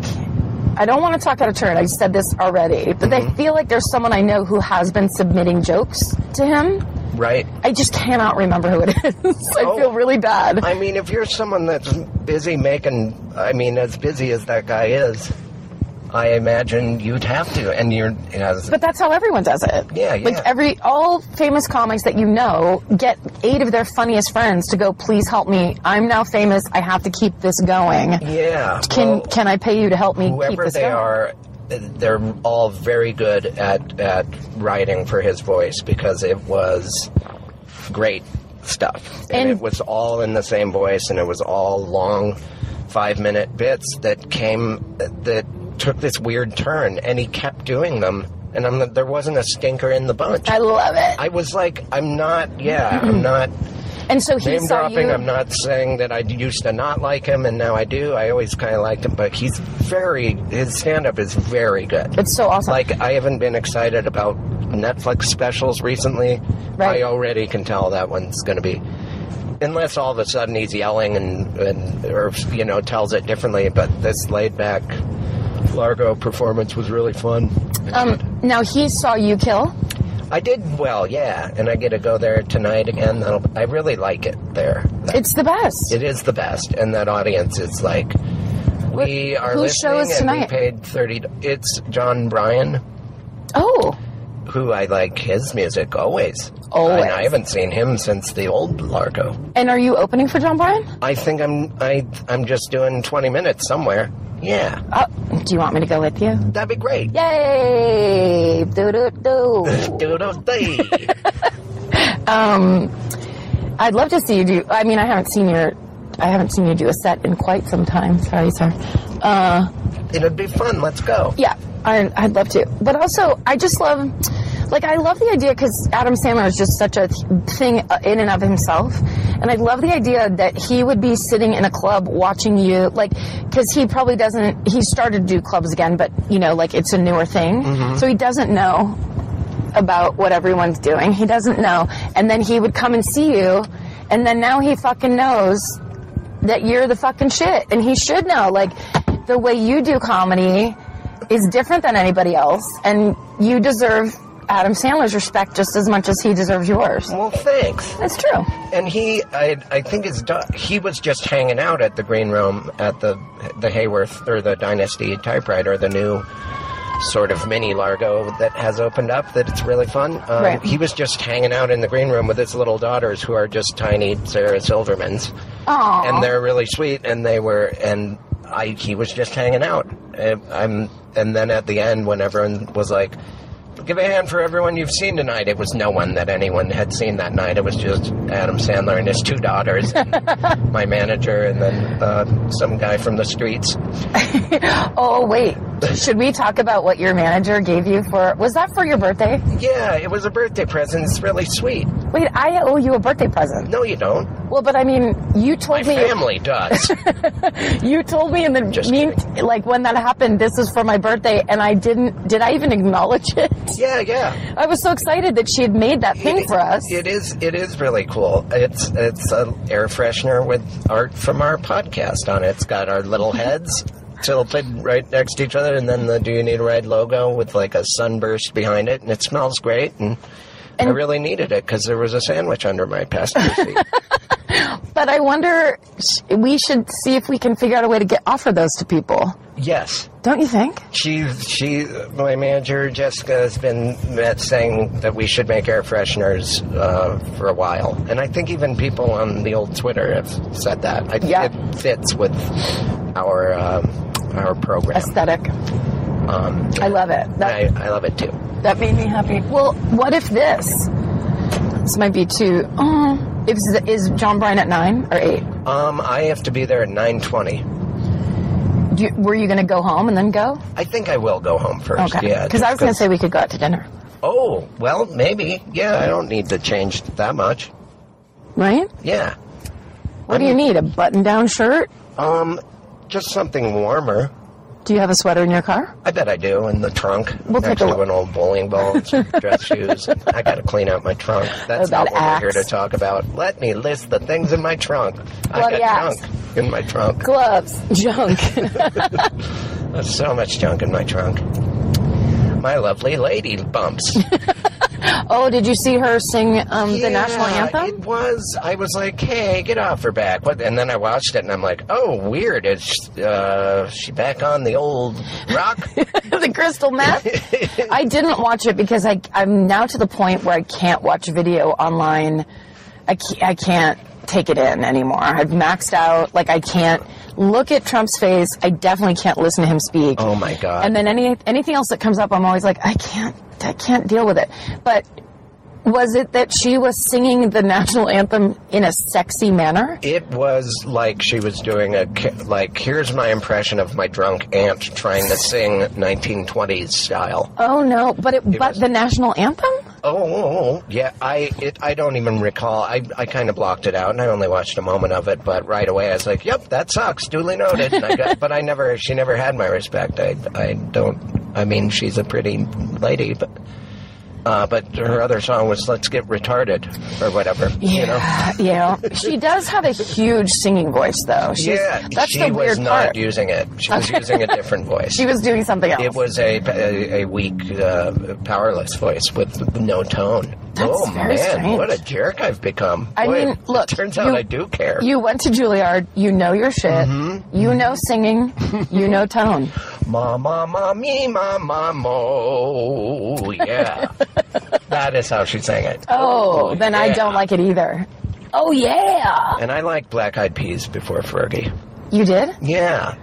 S3: I don't want to talk out of turn. I said this already, but
S2: Mm-hmm.
S3: I feel like there's someone I know who has been submitting jokes to him.
S2: right?
S3: I just cannot remember who it (laughs) is. I
S2: Oh.
S3: feel really bad.
S2: I mean, if you're someone that's busy making, I mean, as busy as that guy is, I imagine you'd have to. And you're, as,
S3: But that's how everyone does it.
S2: Yeah, yeah.
S3: Like every all famous comics that you know get eight of their funniest friends to go, please help me. I'm now famous. I have to keep this going.
S2: yeah.
S3: Can
S2: well,
S3: can I pay you to help me keep
S2: whoever
S3: this
S2: they
S3: going?
S2: are, they're all very good at at writing for his voice because it was great stuff, and,
S3: And-
S2: it was all in the same voice, and it was all long five minute bits that came that took this weird turn, and he kept doing them, and I'm there wasn't a stinker in the bunch.
S3: I love it.
S2: I was like, I'm not, yeah,
S3: (clears throat)
S2: I'm not
S3: And so he
S2: name
S3: saw
S2: dropping.
S3: you.
S2: I'm not saying that I used to not like him and now I do. I always kind of liked him, but he's very, his stand up is very good.
S3: It's so awesome.
S2: like, I haven't been excited about Netflix specials recently.
S3: Right.
S2: I already can tell that one's going to be. Unless all of a sudden he's yelling and, and or you know tells it differently, but this laid back Largo performance was really fun.
S3: um, now he saw you kill.
S2: I did well, yeah, and I get to go there tonight again. That'll, I really like it there.
S3: It's the best.
S2: It is the best, and that audience is like, we are
S3: whose
S2: listening
S3: show is
S2: and
S3: tonight?
S2: we paid thirty. It's John Bryan,
S3: oh,
S2: who I like his music always.
S3: Always.
S2: and I haven't seen him since the old Largo.
S3: and are you opening for John Bryan?
S2: I think I'm I I'm just doing twenty minutes somewhere. Yeah,
S3: Uh, do you want me to
S2: (laughs)
S3: go with you?
S2: that'd be great.
S3: Yay! Do do
S2: (laughs)
S3: do.
S2: Doodle dee.
S3: (laughs) Um, I'd love to see you do. I mean, I haven't seen your, I haven't seen you do a set in quite some time. Sorry, sir. Uh,
S2: It'd be fun. Let's go.
S3: yeah, I, I'd love to. But also, I just love, like, I love the idea because Adam Sandler is just such a thing uh, in and of himself. And I love the idea that he would be sitting in a club watching you, like, because he probably doesn't, he started to do clubs again, but, you know, like, it's a newer thing. So he doesn't know about what everyone's doing. He doesn't know. And then he would come and see you, and then now he fucking knows that you're the fucking shit. And he should know. Like, the way you do comedy is different than anybody else, and you deserve Adam Sandler's respect just as much as he deserves yours.
S2: Well, thanks.
S3: That's true.
S2: And he, I, I think his do- he was just hanging out at the green room at the the Hayworth or the Dynasty typewriter, the new sort of mini Largo that has opened up. That it's really fun. Um,
S3: Right.
S2: He was just hanging out in the green room with his little daughters, who are just tiny Sarah Silvermans,
S3: Aw.
S2: and they're really sweet. And they were, and I, he was just hanging out. And I'm, and then at the end, when everyone was like. Give a hand for everyone you've seen tonight. It was no one that anyone had seen that night. It was just Adam Sandler and his two daughters, and my manager, and then uh, some guy from the streets.
S3: Oh wait, should we talk about what your manager gave you for? Was that for your birthday?
S2: Yeah, it was a birthday present. It's really sweet.
S3: Wait, I owe you a birthday present.
S2: No, you don't.
S3: Well, but I mean, you
S2: My
S3: told me
S2: family does.
S3: you told me in the
S2: Just
S3: mean, like when that happened. This is for my birthday, and I didn't. Did I even acknowledge it?
S2: yeah, yeah.
S3: I was so excited that she had made that thing for us.
S2: It is. It is really cool. It's it's an air freshener with art from our podcast on it. It's got our little heads tilted right next to each other, and then the "Do You Need a Ride" logo with like a sunburst behind it, and it smells great. And, I really needed it because there was a sandwich under my passenger seat.
S3: But I wonder, sh- we should see if we can figure out a way to get offer those to people.
S2: yes.
S3: Don't you think?
S2: She, she, my manager Jessica has been met saying that we should make air fresheners uh, for a while, and I think even people on the old Twitter have said that. I think
S3: Yeah.
S2: it fits with our um, our program.
S3: Aesthetic.
S2: Um,
S3: I love it. That,
S2: I, I love it too.
S3: That made me happy. Well, what if this? This might be too. Oh, is, is John Bryan at nine or eight?
S2: Um, I have to be there at nine twenty.
S3: Do you, were you going to go home and then go?
S2: I think I will go home first.
S3: Okay.
S2: Yeah,
S3: Because I
S2: just
S3: was going to say we could go out to dinner,
S2: Oh well, maybe. Yeah, I don't need to change that much.
S3: right?
S2: Yeah.
S3: What do you need? A button-down shirt?
S2: Um, just something warmer.
S3: Do you have a sweater in your car?
S2: I bet I do in the trunk.
S3: We'll take a
S2: Next to
S3: look.
S2: an old bowling ball, and some
S3: (laughs)
S2: dress shoes. I got to clean out my trunk. That's
S3: About
S2: not what we're here to
S3: axe.
S2: talk about. Let me list the things in my trunk. I
S3: Well,
S2: got
S3: yes.
S2: junk in my trunk.
S3: Gloves, (laughs) junk.
S2: There's so much junk in my trunk. My lovely lady bumps.
S3: oh, did you see her sing um,
S2: Yeah,
S3: (laughs) the national
S2: It (laughs)
S3: anthem? (laughs)
S2: was. I was like, "Hey, get off her back!" What? And then I watched it, and I'm like, "Oh, weird. Is uh, she back on the old
S3: (laughs)
S2: rock?"
S3: the
S2: (laughs)
S3: crystal meth. I didn't watch it because I, I'm now to the point where I can't watch video online. I can't, I can't take it in anymore. I've maxed out. Like I can't look at Trump's face. I definitely can't listen to him speak.
S2: oh my god!
S3: And then any anything else that comes up, I'm always like, I can't, I can't deal with it. But was it that she was singing the national anthem in a sexy manner?
S2: It was like she was doing a ca- like. Here's my impression of my drunk aunt trying to sing 1920s style. Oh,
S3: Oh no! But it, but
S2: was-
S3: the national anthem.
S2: oh, oh, yeah. I it, I don't even recall. I I kind of blocked it out, and I only watched a moment of it. But right away, I was like, "Yep, that sucks." Duly noted. And I got, but I never. She never had my respect. I I don't. I mean, she's a pretty lady, but. Uh, but her other song was "Let's Get Retarded" or whatever. You know.
S3: (sighs) Yeah, she does have a huge singing voice, though. She's,
S2: yeah,
S3: that's
S2: she
S3: the weird
S2: was not
S3: part.
S2: using it. She
S3: (laughs)
S2: was using a different voice.
S3: she was doing something else.
S2: It was a a, a weak, uh, powerless voice with no tone. oh
S3: very
S2: man,
S3: strange.
S2: what a jerk I've become!
S3: I
S2: Boy,
S3: mean,
S2: it
S3: look,
S2: turns out
S3: you-
S2: I do care.
S3: you went to Juilliard. You know your shit.
S2: Mm-hmm.
S3: You know singing. you
S2: (laughs)
S3: know tone.
S2: ma ma ma me ma ma mo.
S3: (laughs)
S2: Yeah, that is how she sang it.
S3: Oh, then I
S2: yeah.
S3: don't like it either. Oh yeah,
S2: And I liked Black Eyed Peas before Fergie.
S3: you did. (laughs)
S2: Yeah.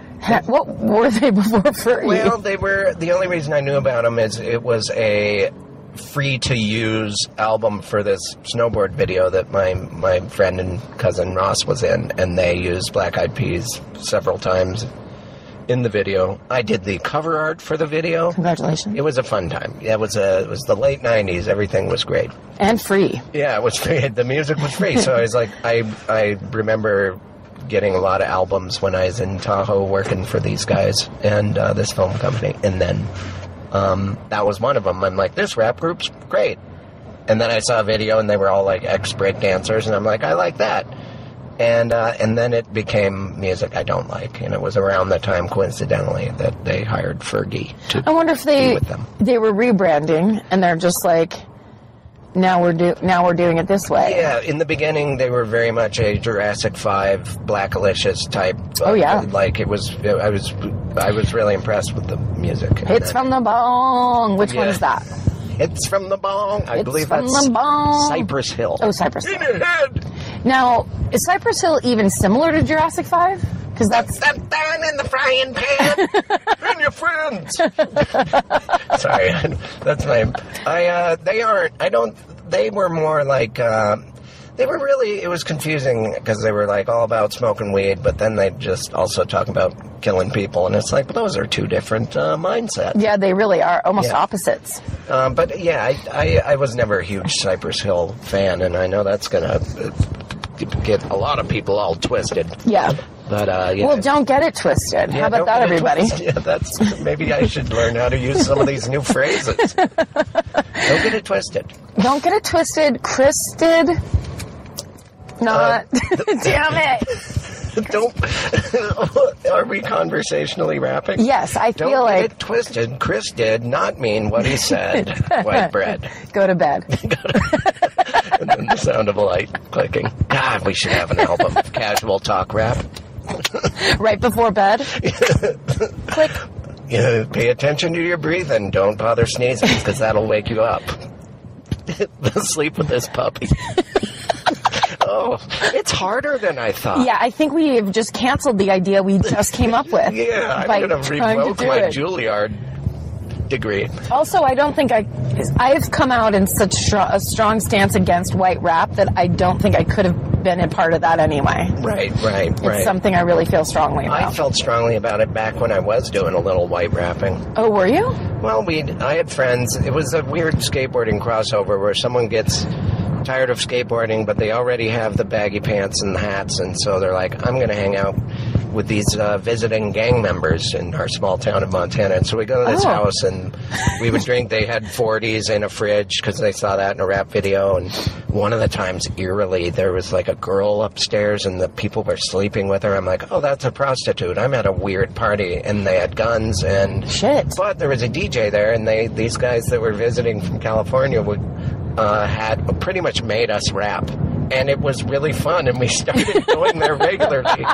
S3: What were they before for you?
S2: Well, they were the only reason I knew about them is it was a free to use album for this snowboard video that my my friend and cousin Ross was in, and they used Black Eyed Peas several times in the video. I did the cover art for the video.
S3: Congratulations.
S2: It was a fun time. It was a it was the late '90s. Everything was great.
S3: And free.
S2: Yeah, it was (laughs) free. The music was free, so I was like, I I remember getting a lot of albums when I was in Tahoe working for these guys and uh, this film company, and then Um, that was one of them. I'm like, this rap group's great. And then I saw a video, and they were all like ex break dancers, and I'm like, I like that. And uh, and then it became music I don't like, and it was around the time, coincidentally, that they hired Fergie to
S3: I wonder if
S2: be
S3: they
S2: with them.
S3: they were rebranding and they're just like, now we're do now we're doing it this way.
S2: Yeah, in the beginning they were very much a Jurassic Five, Blackalicious type. uh,
S3: Oh, yeah.
S2: like it was. I was, I was really impressed with the music.
S3: It's from the bong. Which
S2: Yeah.
S3: one's that?
S2: It's from the bong. I
S3: It's
S2: believe
S3: from
S2: that's
S3: the bong.
S2: Cypress Hill.
S3: Oh, Cypress
S2: In
S3: Hill.
S2: your head.
S3: Now, is Cypress Hill even similar to Jurassic Five? Because that's
S2: Step down in the frying
S3: (laughs)
S2: pan and your friends. (laughs) Sorry, (laughs) that's my. I uh, they aren't. I don't. They were more like. Uh, they were really. It was confusing because they were like all about smoking weed, but then they just also talk about killing people, and it's like well, those are two different uh, mindsets.
S3: yeah, they really are almost
S2: Yeah.
S3: opposites.
S2: Um, but yeah, I, I I was never a huge Cypress Hill fan, and I know that's gonna uh, get a lot of people all twisted.
S3: Yeah.
S2: But uh, yeah.
S3: Well, don't get it twisted. How about that, everybody?
S2: Yeah, that's maybe I should learn how to use some of these new phrases. Don't get it twisted.
S3: Don't get it twisted. Chris did
S2: Uh,
S3: not. (laughs) Damn it.
S2: Don't. (laughs) Are we conversationally rapping?
S3: Yes, I
S2: Don't
S3: feel
S2: get
S3: like
S2: it twisted. Chris did not mean what he
S3: (laughs)
S2: said. White bread.
S3: go
S2: (laughs)
S3: to bed.
S2: And then the sound of a light clicking. God, we should have an album of casual talk rap.
S3: right before bed. Click.
S2: Yeah, pay attention to your breathing. Don't bother sneezing because that'll wake you up. (laughs) Sleep with this puppy. (laughs) oh, it's harder than I thought.
S3: Yeah, I think we have just canceled the idea we just came up with.
S2: Yeah,
S3: by
S2: I'm going to
S3: trying to
S2: revoke
S3: do
S2: my
S3: it.
S2: Juilliard degree.
S3: Also, I don't think I. I've come out in such str- a strong stance against white rap that I don't think I could have been a part of that anyway.
S2: Right, right,
S3: It's
S2: right.
S3: something I really feel strongly
S2: I
S3: about.
S2: felt strongly about it back when I was doing a little white rapping.
S3: oh, were you?
S2: Well, we I had friends. It was a weird skateboarding crossover where someone gets tired of skateboarding, but they already have the baggy pants and the hats, and so they're like, "I'm going to hang out with these uh, visiting gang members in our small town of Montana." And so we go to this
S3: Oh.
S2: house, and we would drink. They had 40s in a fridge because they saw that in a rap video. And one of the times, eerily, there was like a girl upstairs, and the people were sleeping with her. I'm like, "Oh, that's a prostitute." I'm at a weird party, and they had guns and
S3: Shit.
S2: but there was a DJ there, and they these guys that were visiting from California would uh, had pretty much made us rap, and it was really fun. And we (laughs) started going there regularly,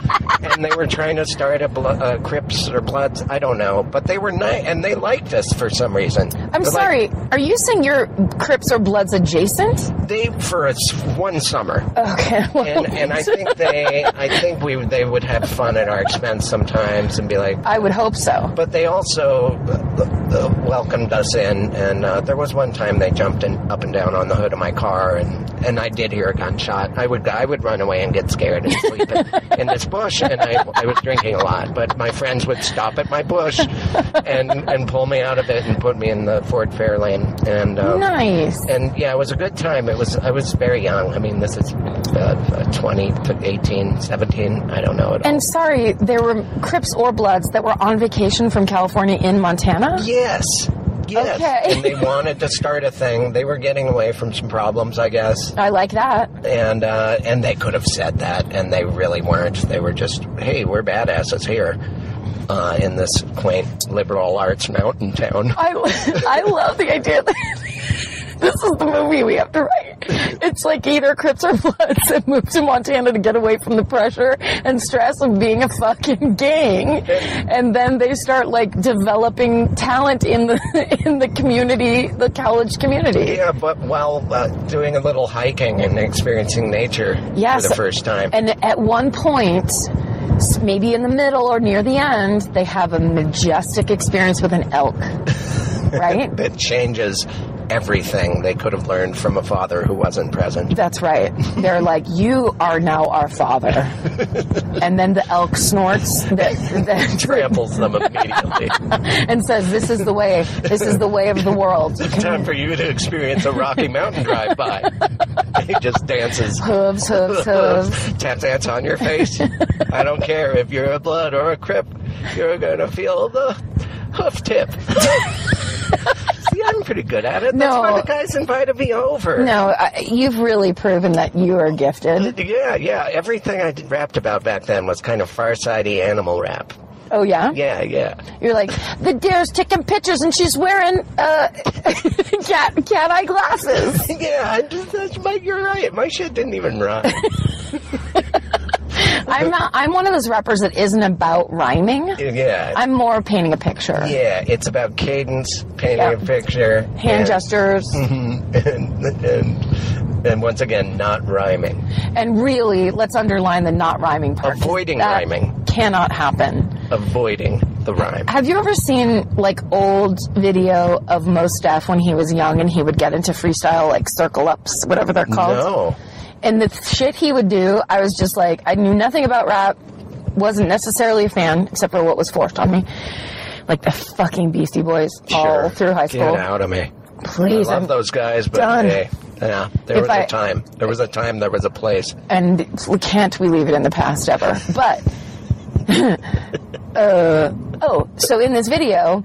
S2: and they were trying to start a blo- uh, Crips or Bloods, I don't know, but they were nice and they liked us for some reason.
S3: I'm sorry. Are you saying your Crips or Bloods adjacent?
S2: They for us one summer,
S3: Okay. (laughs) Well,
S2: and and I think they I think we they would have fun at our expense sometimes and be like,
S3: I would hope so.
S2: But they also uh, uh, welcomed us in, and uh, there was one time they jumped in, up and down on the hood of my car, and, and I did hear a gunshot. I would I would run away and get scared and sleep in, in this bush, and I, I was drinking a lot. But my friends would stop at my bush and and pull me out of it and put me in the Ford Fairlane, and um,
S3: Nice.
S2: and yeah, it was a good time. It was I was very young. I mean, this is uh, 20 to 18, 17. I don't know at all.
S3: And sorry, there were Crips or Bloods that were on vacation from California in Montana?
S2: Yes. Yes.
S3: Okay.
S2: and they wanted to start a thing. They were getting away from some problems, I guess.
S3: I like that.
S2: And uh, and they could have said that, and they really weren't. They were just, hey, we're badasses here uh, in this quaint liberal arts mountain town.
S3: (laughs) I, I love the idea that this is the movie we have to write. It's like either Crips or Bloods that move to Montana to get away from the pressure and stress of being a fucking gang, and then they start like developing talent in the in the community, the college community.
S2: Yeah, but while uh, doing a little hiking and experiencing nature
S3: Yes.
S2: for the first time.
S3: And at one point, s- maybe in the middle or near the end, they have a majestic experience with an elk, right?
S2: that changes everything they could have learned from a father who wasn't present.
S3: That's right. They're like, you are now our father. and then the elk snorts that, that,
S2: Tramples them immediately.
S3: (laughs) and says, this is the way. This is the way of the world. You can-
S2: time for you to experience a Rocky Mountain drive by. (laughs) he just dances.
S3: Hooves, hooves, hooves.
S2: Tap dance on your face. I don't care if
S3: (laughs)
S2: you're a blood or a crip. You're gonna feel the hoof tip. I'm pretty good at it. That's
S3: No.
S2: why the guys invited me over.
S3: No, uh, you've really proven that you are gifted.
S2: Yeah, yeah. Everything I did- rapped about back then was kind of farsighty animal rap.
S3: Oh yeah?
S2: Yeah, yeah.
S3: You're like the deer's taking pictures and she's wearing uh, (laughs) cat cat eye glasses.
S2: Yeah, I just, that's my, you're right. My shit didn't even
S3: (laughs)
S2: rhyme.
S3: I'm not. I'm one of those rappers that isn't about rhyming.
S2: yeah.
S3: I'm more painting a picture,
S2: yeah, it's about cadence, painting
S3: Yeah.
S2: a picture,
S3: hand
S2: and,
S3: gestures,
S2: (laughs) and, and and once again, not rhyming.
S3: and really, let's underline the not rhyming part. 'cause
S2: Avoiding
S3: that
S2: rhyming.
S3: cannot happen.
S2: Avoiding the rhyme.
S3: Have you ever seen like old video of Mos Def when he was young and he would get into freestyle like circle ups, whatever they're called?
S2: No.
S3: And the shit he would do, I was just like, I knew nothing about rap, wasn't necessarily a fan except for what was forced on me, like the fucking Beastie Boys all
S2: Sure.
S3: through high school.
S2: Get out of me.
S3: Please,
S2: I love
S3: I'm-
S2: those guys, but
S3: done.
S2: hey, yeah, there
S3: If
S2: was
S3: I-
S2: a time. There was a time. There was a place.
S3: and we can't we leave it in the past ever? But (laughs) uh, oh, so in this video,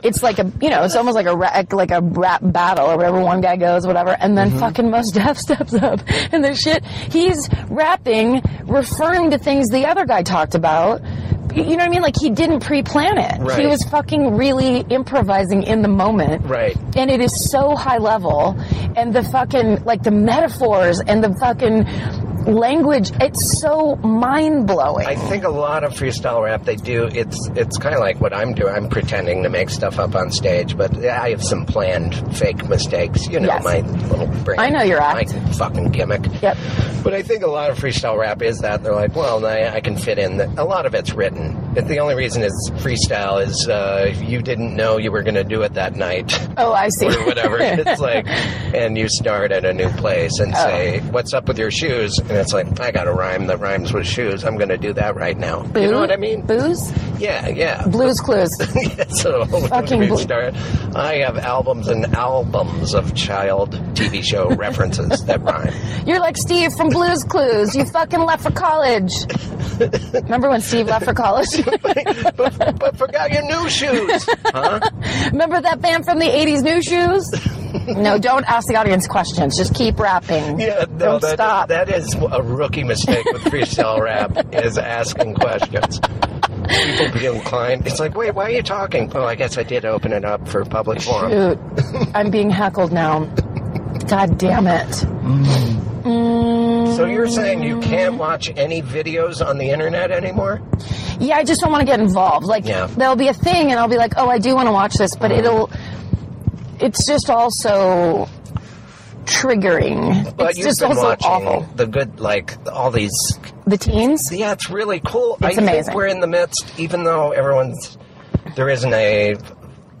S3: it's like a you know, it's almost like a ra- like a rap battle or whatever. One guy goes, whatever, and then
S2: Mm-hmm.
S3: fucking Mos Def (laughs) steps up and the shit he's rapping, referring to things the other guy talked about. You know what I mean? Like he didn't pre-plan it. He
S2: Right.
S3: was fucking really improvising in the moment
S2: Right.
S3: and it is so high level and the fucking like the metaphors and the fucking language it's so mind-blowing
S2: I think a lot of freestyle rap they do. It's it's kind of like what I'm doing. I'm pretending to make stuff up on stage, but I have some planned fake mistakes. You know,
S3: Yes.
S2: my little brain.
S3: I know your
S2: my
S3: act.
S2: fucking gimmick.
S3: Yep.
S2: But I think a lot of freestyle rap is that they're like, well, I, I can fit in. The, a lot of it's written. But the only reason it's freestyle is uh, you didn't know you were going to do it that night. (laughs)
S3: oh i see
S2: or
S3: (laughs)
S2: whatever. it's like, and you start at a new place
S3: Oh.
S2: and say, "What's up with your shoes?" And it's like, "I got a rhyme that rhymes with shoes. I'm going to do that right now." You know what I mean?
S3: booze
S2: Yeah, yeah. (laughs)
S3: blues clues
S2: so
S3: Fucking
S2: we
S3: blue.
S2: start. I have albums and albums of child TV show references that
S3: (laughs)
S2: rhyme.
S3: you're like steve from blues clues you fucking left for college remember when steve left for
S2: (laughs)
S3: college
S2: but, but forgot your new shoes. Huh?
S3: remember that band from the 80s new shoes no don't ask the audience questions just keep rapping
S2: Yeah, no,
S3: don't
S2: that,
S3: stop
S2: that is a rookie mistake with freestyle rap is asking questions. People be inclined. It's like, wait, why are you talking? Oh, I guess I did open it up for public forum.
S3: Shoot, I'm being heckled now. God damn it.
S2: So you're saying you can't watch any videos on the internet anymore?
S3: Yeah, I just don't want to get involved. Like,
S2: Yeah. Uh-huh.
S3: there'll be a thing, and I'll be like, oh, I do want to watch this, but it'll. It's just also triggering.
S2: But
S3: it's
S2: you've
S3: just
S2: been
S3: also
S2: watching
S3: awful.
S2: the good, like all these.
S3: The teens?
S2: Yeah, it's really cool. I
S3: It's amazing.
S2: think we're in the midst, even though everyone's there isn't a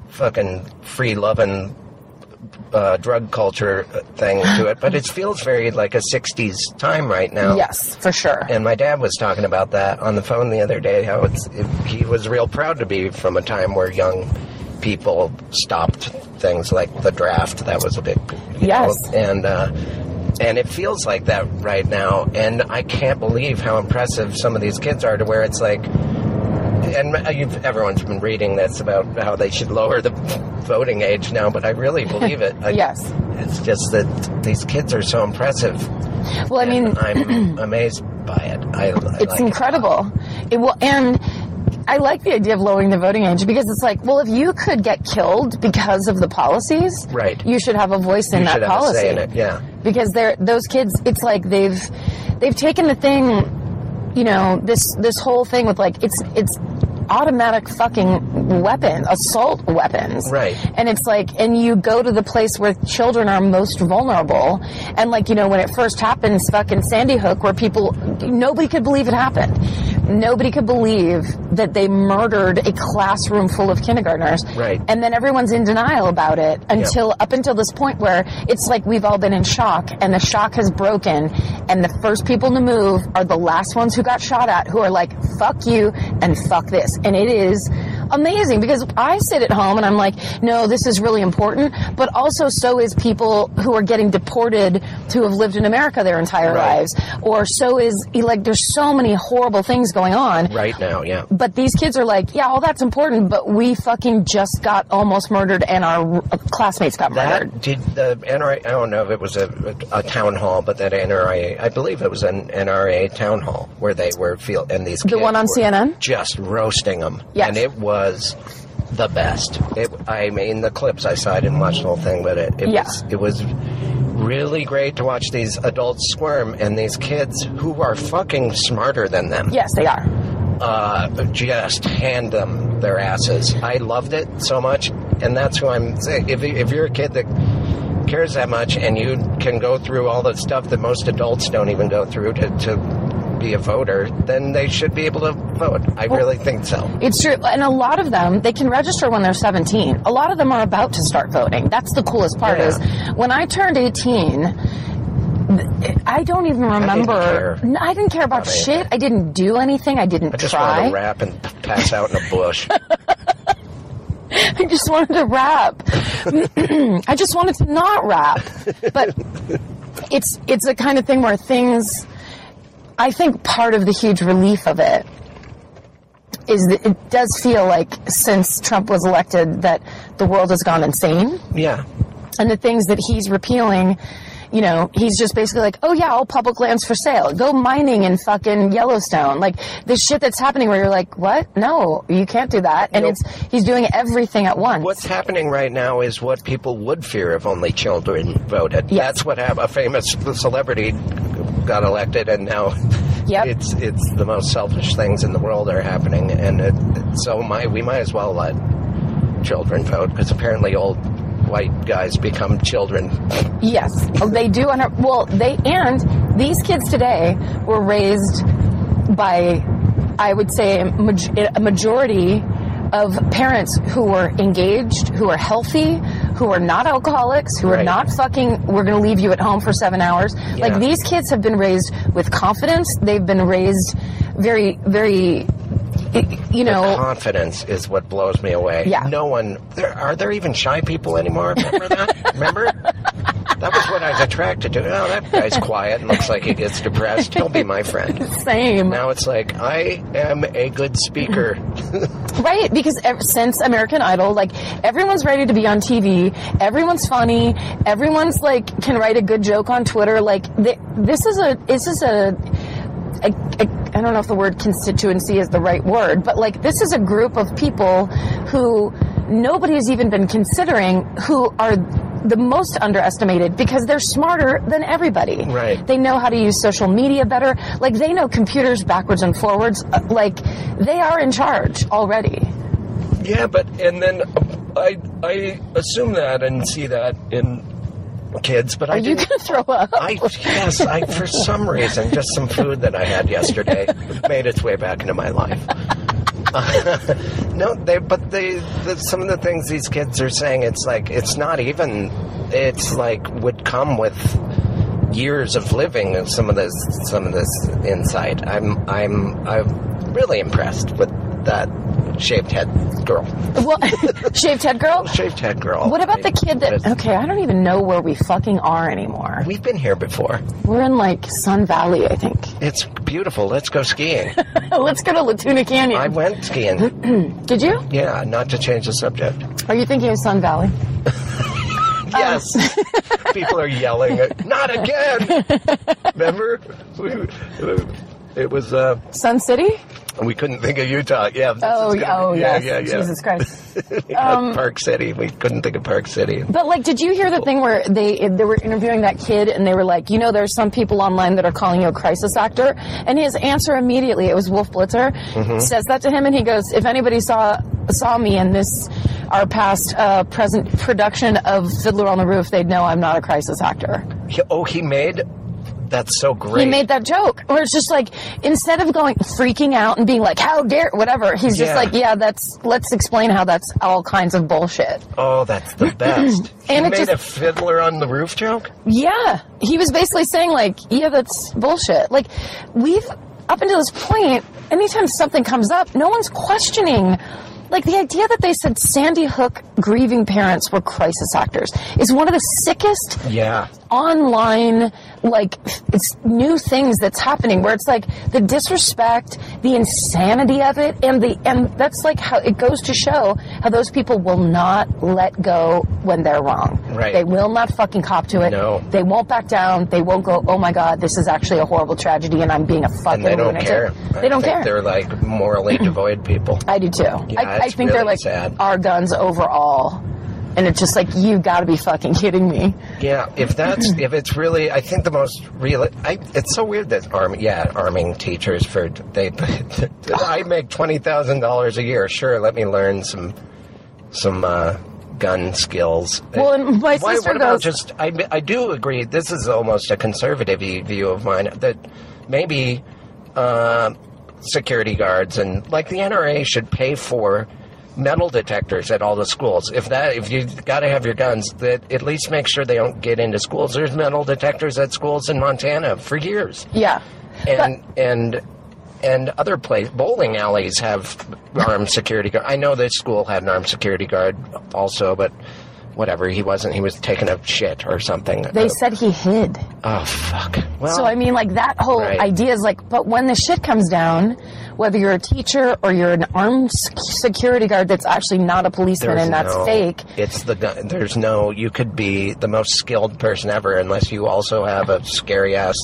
S2: fucking free loving uh, drug culture thing to it,
S3: (laughs)
S2: but it feels very like a '60s time right now.
S3: Yes, for sure.
S2: And my dad was talking about that on the phone the other day. How it's it, he was real proud to be from a time where young people stopped things like the draft. That was a big you
S3: Yes.
S2: know, and uh, and it feels like that right now. And I can't believe how impressive some of these kids are to where it's like. And you've, everyone's been reading this about how they should lower the voting age now, but I
S3: (laughs)
S2: really believe it. I-
S3: Yes.
S2: it's just that these kids are so impressive.
S3: Well, I mean, (clears throat)
S2: I'm amazed by it. I, I
S3: it's
S2: like
S3: incredible. It will and I like the idea of lowering the voting age because it's like, well, if you could get killed because of the policies,
S2: Right.
S3: you should have a voice in
S2: You
S3: that
S2: should have a
S3: policy.
S2: say in it. Yeah,
S3: because they're those kids it's like they've they've taken the thing you know this this whole thing with like it's it's automatic fucking weapon assault weapons
S2: Right.
S3: and it's like and you go to the place where children are most vulnerable and like you know when it first happens fucking sandy hook where people nobody could believe it happened nobody could believe that they murdered a classroom full of kindergartners
S2: Right.
S3: and then everyone's in denial about it until up until this point where it's like we've all been in shock and the shock has broken and the first people to move are the last ones who got shot at who are like fuck you and fuck this and it is amazing because I sit at home and I'm like, no, this is really important, but also so is people who are getting deported who have lived in America their entire
S2: Right.
S3: lives, or so is like there's so many horrible things going on.
S2: right now, yeah.
S3: But these kids are like, yeah, all that's important, but we fucking just got almost murdered and our uh, classmates got murdered.
S2: That did the NRA? I don't know if it was a, a town hall, but that NRA, I believe it was an NRA town hall where they were feel and these the
S3: one on CNN?
S2: just roasting them.
S3: Yes.
S2: and it was the best. It, I mean, the clips I saw, I didn't watch the whole thing, but it it
S3: Yeah.
S2: was it was really great to watch these adults squirm and these kids who are fucking smarter than them
S3: Yes, they are.
S2: uh, just hand them their asses. I loved it so much, and that's who I'm saying. If, if you're a kid that cares that much and you can go through all the stuff that most adults don't even go through to, to be a voter, then they should be able to vote. I really think so.
S3: It's true. And a lot of them, they can register when they're 17. A lot of them are about to start voting. That's the coolest part
S2: Yeah.
S3: is when I turned 18, th- I don't even remember.
S2: care.
S3: N- I didn't care about shit. I didn't do anything. I didn't
S2: I just
S3: try.
S2: want to rap and pass out in a bush.
S3: I just wanted to rap. (clears throat) I just wanted to not rap. But it's it's a kind of thing where things I think part of the huge relief of it is that it does feel like since Trump was elected that the world has gone insane
S2: yeah.
S3: and the things that he's repealing you know he's just basically like oh yeah all public lands for sale go mining in fucking yellowstone like the shit that's happening where you're like what no you can't do that and
S2: Nope.
S3: it's he's doing everything at once
S2: What's happening right now is what people would fear if only children voted.
S3: Yes.
S2: That's what hap- a famous celebrity got elected, and now
S3: (laughs) Yep.
S2: it's it's the most selfish things in the world are happening, and it, so my we might as well let children vote because apparently old white guys become children.
S3: Yes, Oh, they do. Under, well, they and these kids today were raised by, I would say, a maj- a majority of parents who were engaged, who are healthy, who are not alcoholics, who are
S2: Right.
S3: not fucking. We're going to leave you at home for seven hours. Like these kids have been raised with confidence. They've been raised very, very, you know.
S2: Confidence is what blows me away.
S3: Yeah.
S2: No one. There, are there even shy people anymore? Remember
S3: (laughs)
S2: that? Remember? That was what I was attracted to. Oh, that guy's quiet and looks like he gets depressed. He'll be my friend.
S3: Same.
S2: Now it's like I am a good speaker.
S3: Right, because ev- since American Idol, like everyone's ready to be on TV, everyone's funny, everyone's like can write a good joke on Twitter. Like th- this is a this is a, a, a I don't know if the word constituency is the right word, but like this is a group of people who nobody's even been considering who are the most underestimated because they're smarter than everybody.
S2: Right.
S3: They know how to use social media better. Like they know computers backwards and forwards. Uh, Like they are in charge already.
S2: yeah, but and then I I assume that and see that in kids, but I
S3: Are you
S2: didn't.
S3: gonna (laughs) throw up?
S2: I yes, I for some reason just some food that I had yesterday made its way back into my life. (laughs) no, they but they the, some of the things these kids are saying it's like it's not even it's like would come with years of living of some of this some of this insight. I'm I'm I'm really impressed with that shaved head girl.
S3: well, (laughs) shaved head girl.
S2: Shaved head girl.
S3: What about the kid that? Okay, I don't even know where we fucking are anymore.
S2: We've been here before.
S3: We're in like Sun Valley, I think. (laughs)
S2: It's beautiful. Let's go skiing.
S3: Let's go to Latuna Canyon.
S2: I went skiing. (clears throat)
S3: Did you?
S2: Yeah, not to change the subject.
S3: Are you thinking of Sun Valley? Oh.
S2: Yes. (laughs) People are yelling, at, not
S3: (laughs)
S2: again. Remember? We- It was, uh,
S3: Sun City?
S2: we couldn't think of Utah. Yeah. this
S3: Oh,
S2: is
S3: y-
S2: gonna
S3: oh
S2: be- yeah,
S3: yes.
S2: yeah, yeah.
S3: Jesus Um, Christ.
S2: We had Park City. We couldn't think of Park City.
S3: (laughs) But like, did you hear the thing where they they were interviewing that kid and they were like, you know, there's some people online that are calling you a crisis actor, and his answer immediately it was Wolf Blitzer
S2: Mm-hmm.
S3: says that to him, and he goes, if anybody saw saw me in this our past uh, present production of Fiddler on the Roof, they'd know I'm not a crisis actor.
S2: He- oh, he made. That's so great.
S3: He made that joke where it's just like instead of going freaking out and being like, how dare whatever, he's just
S2: Yeah.
S3: like, yeah, that's let's explain how that's all kinds of bullshit.
S2: oh, that's the best.
S3: (clears throat) And
S2: he
S3: it
S2: made
S3: just-
S2: a fiddler on the roof joke.
S3: Yeah, he was basically saying like, yeah, that's bullshit. Like, we've up until this point, anytime something comes up, no one's questioning like the idea that they said Sandy Hook grieving parents were crisis actors is one of the sickest
S2: Yeah.
S3: online like it's new things that's happening where it's like the disrespect the insanity of it and the and that's like how it goes to show how those people will not let go when they're wrong
S2: Right.
S3: they will not fucking cop to it
S2: No.
S3: they won't back down they won't go oh my god this is actually a horrible tragedy and i'm being a fucking
S2: And they don't
S3: lunatic."
S2: care.
S3: they don't
S2: I think
S3: care
S2: They're like
S3: (clears throat)
S2: morally devoid people.
S3: I do too. I, I
S2: it's
S3: think they're
S2: really
S3: like
S2: sad.
S3: our guns overall, and it's just like you got to be fucking kidding me.
S2: Yeah, if that's if it's really, I think the most real. I, it's so weird that arm, yeah, arming teachers for they. (laughs) I make twenty thousand dollars a year. Sure, let me learn some some uh, gun skills.
S3: Well, and my
S2: Why,
S3: sister
S2: what about
S3: goes-
S2: just? I I do agree. This is almost a conservative view of mine that maybe uh, security guards and like the NRA should pay for metal detectors at all the schools. If that if you got to have your guns, that at least make sure they don't get into schools. There's metal detectors at schools in Montana for years,
S3: Yeah,
S2: and and. And other place bowling alleys have armed security guard. I know this school had an armed security guard also, but whatever. He wasn't. He was taking a shit or something.
S3: they said he hid.
S2: oh fuck. Well,
S3: So I mean, like that whole
S2: Right.
S3: idea is like, but when the shit comes down, whether you're a teacher or you're an armed sec- security guard that's actually not a policeman
S2: There's
S3: and that's
S2: no-
S3: fake.
S2: It's the gun. There's no. You could be the most skilled person ever unless you also have a scary ass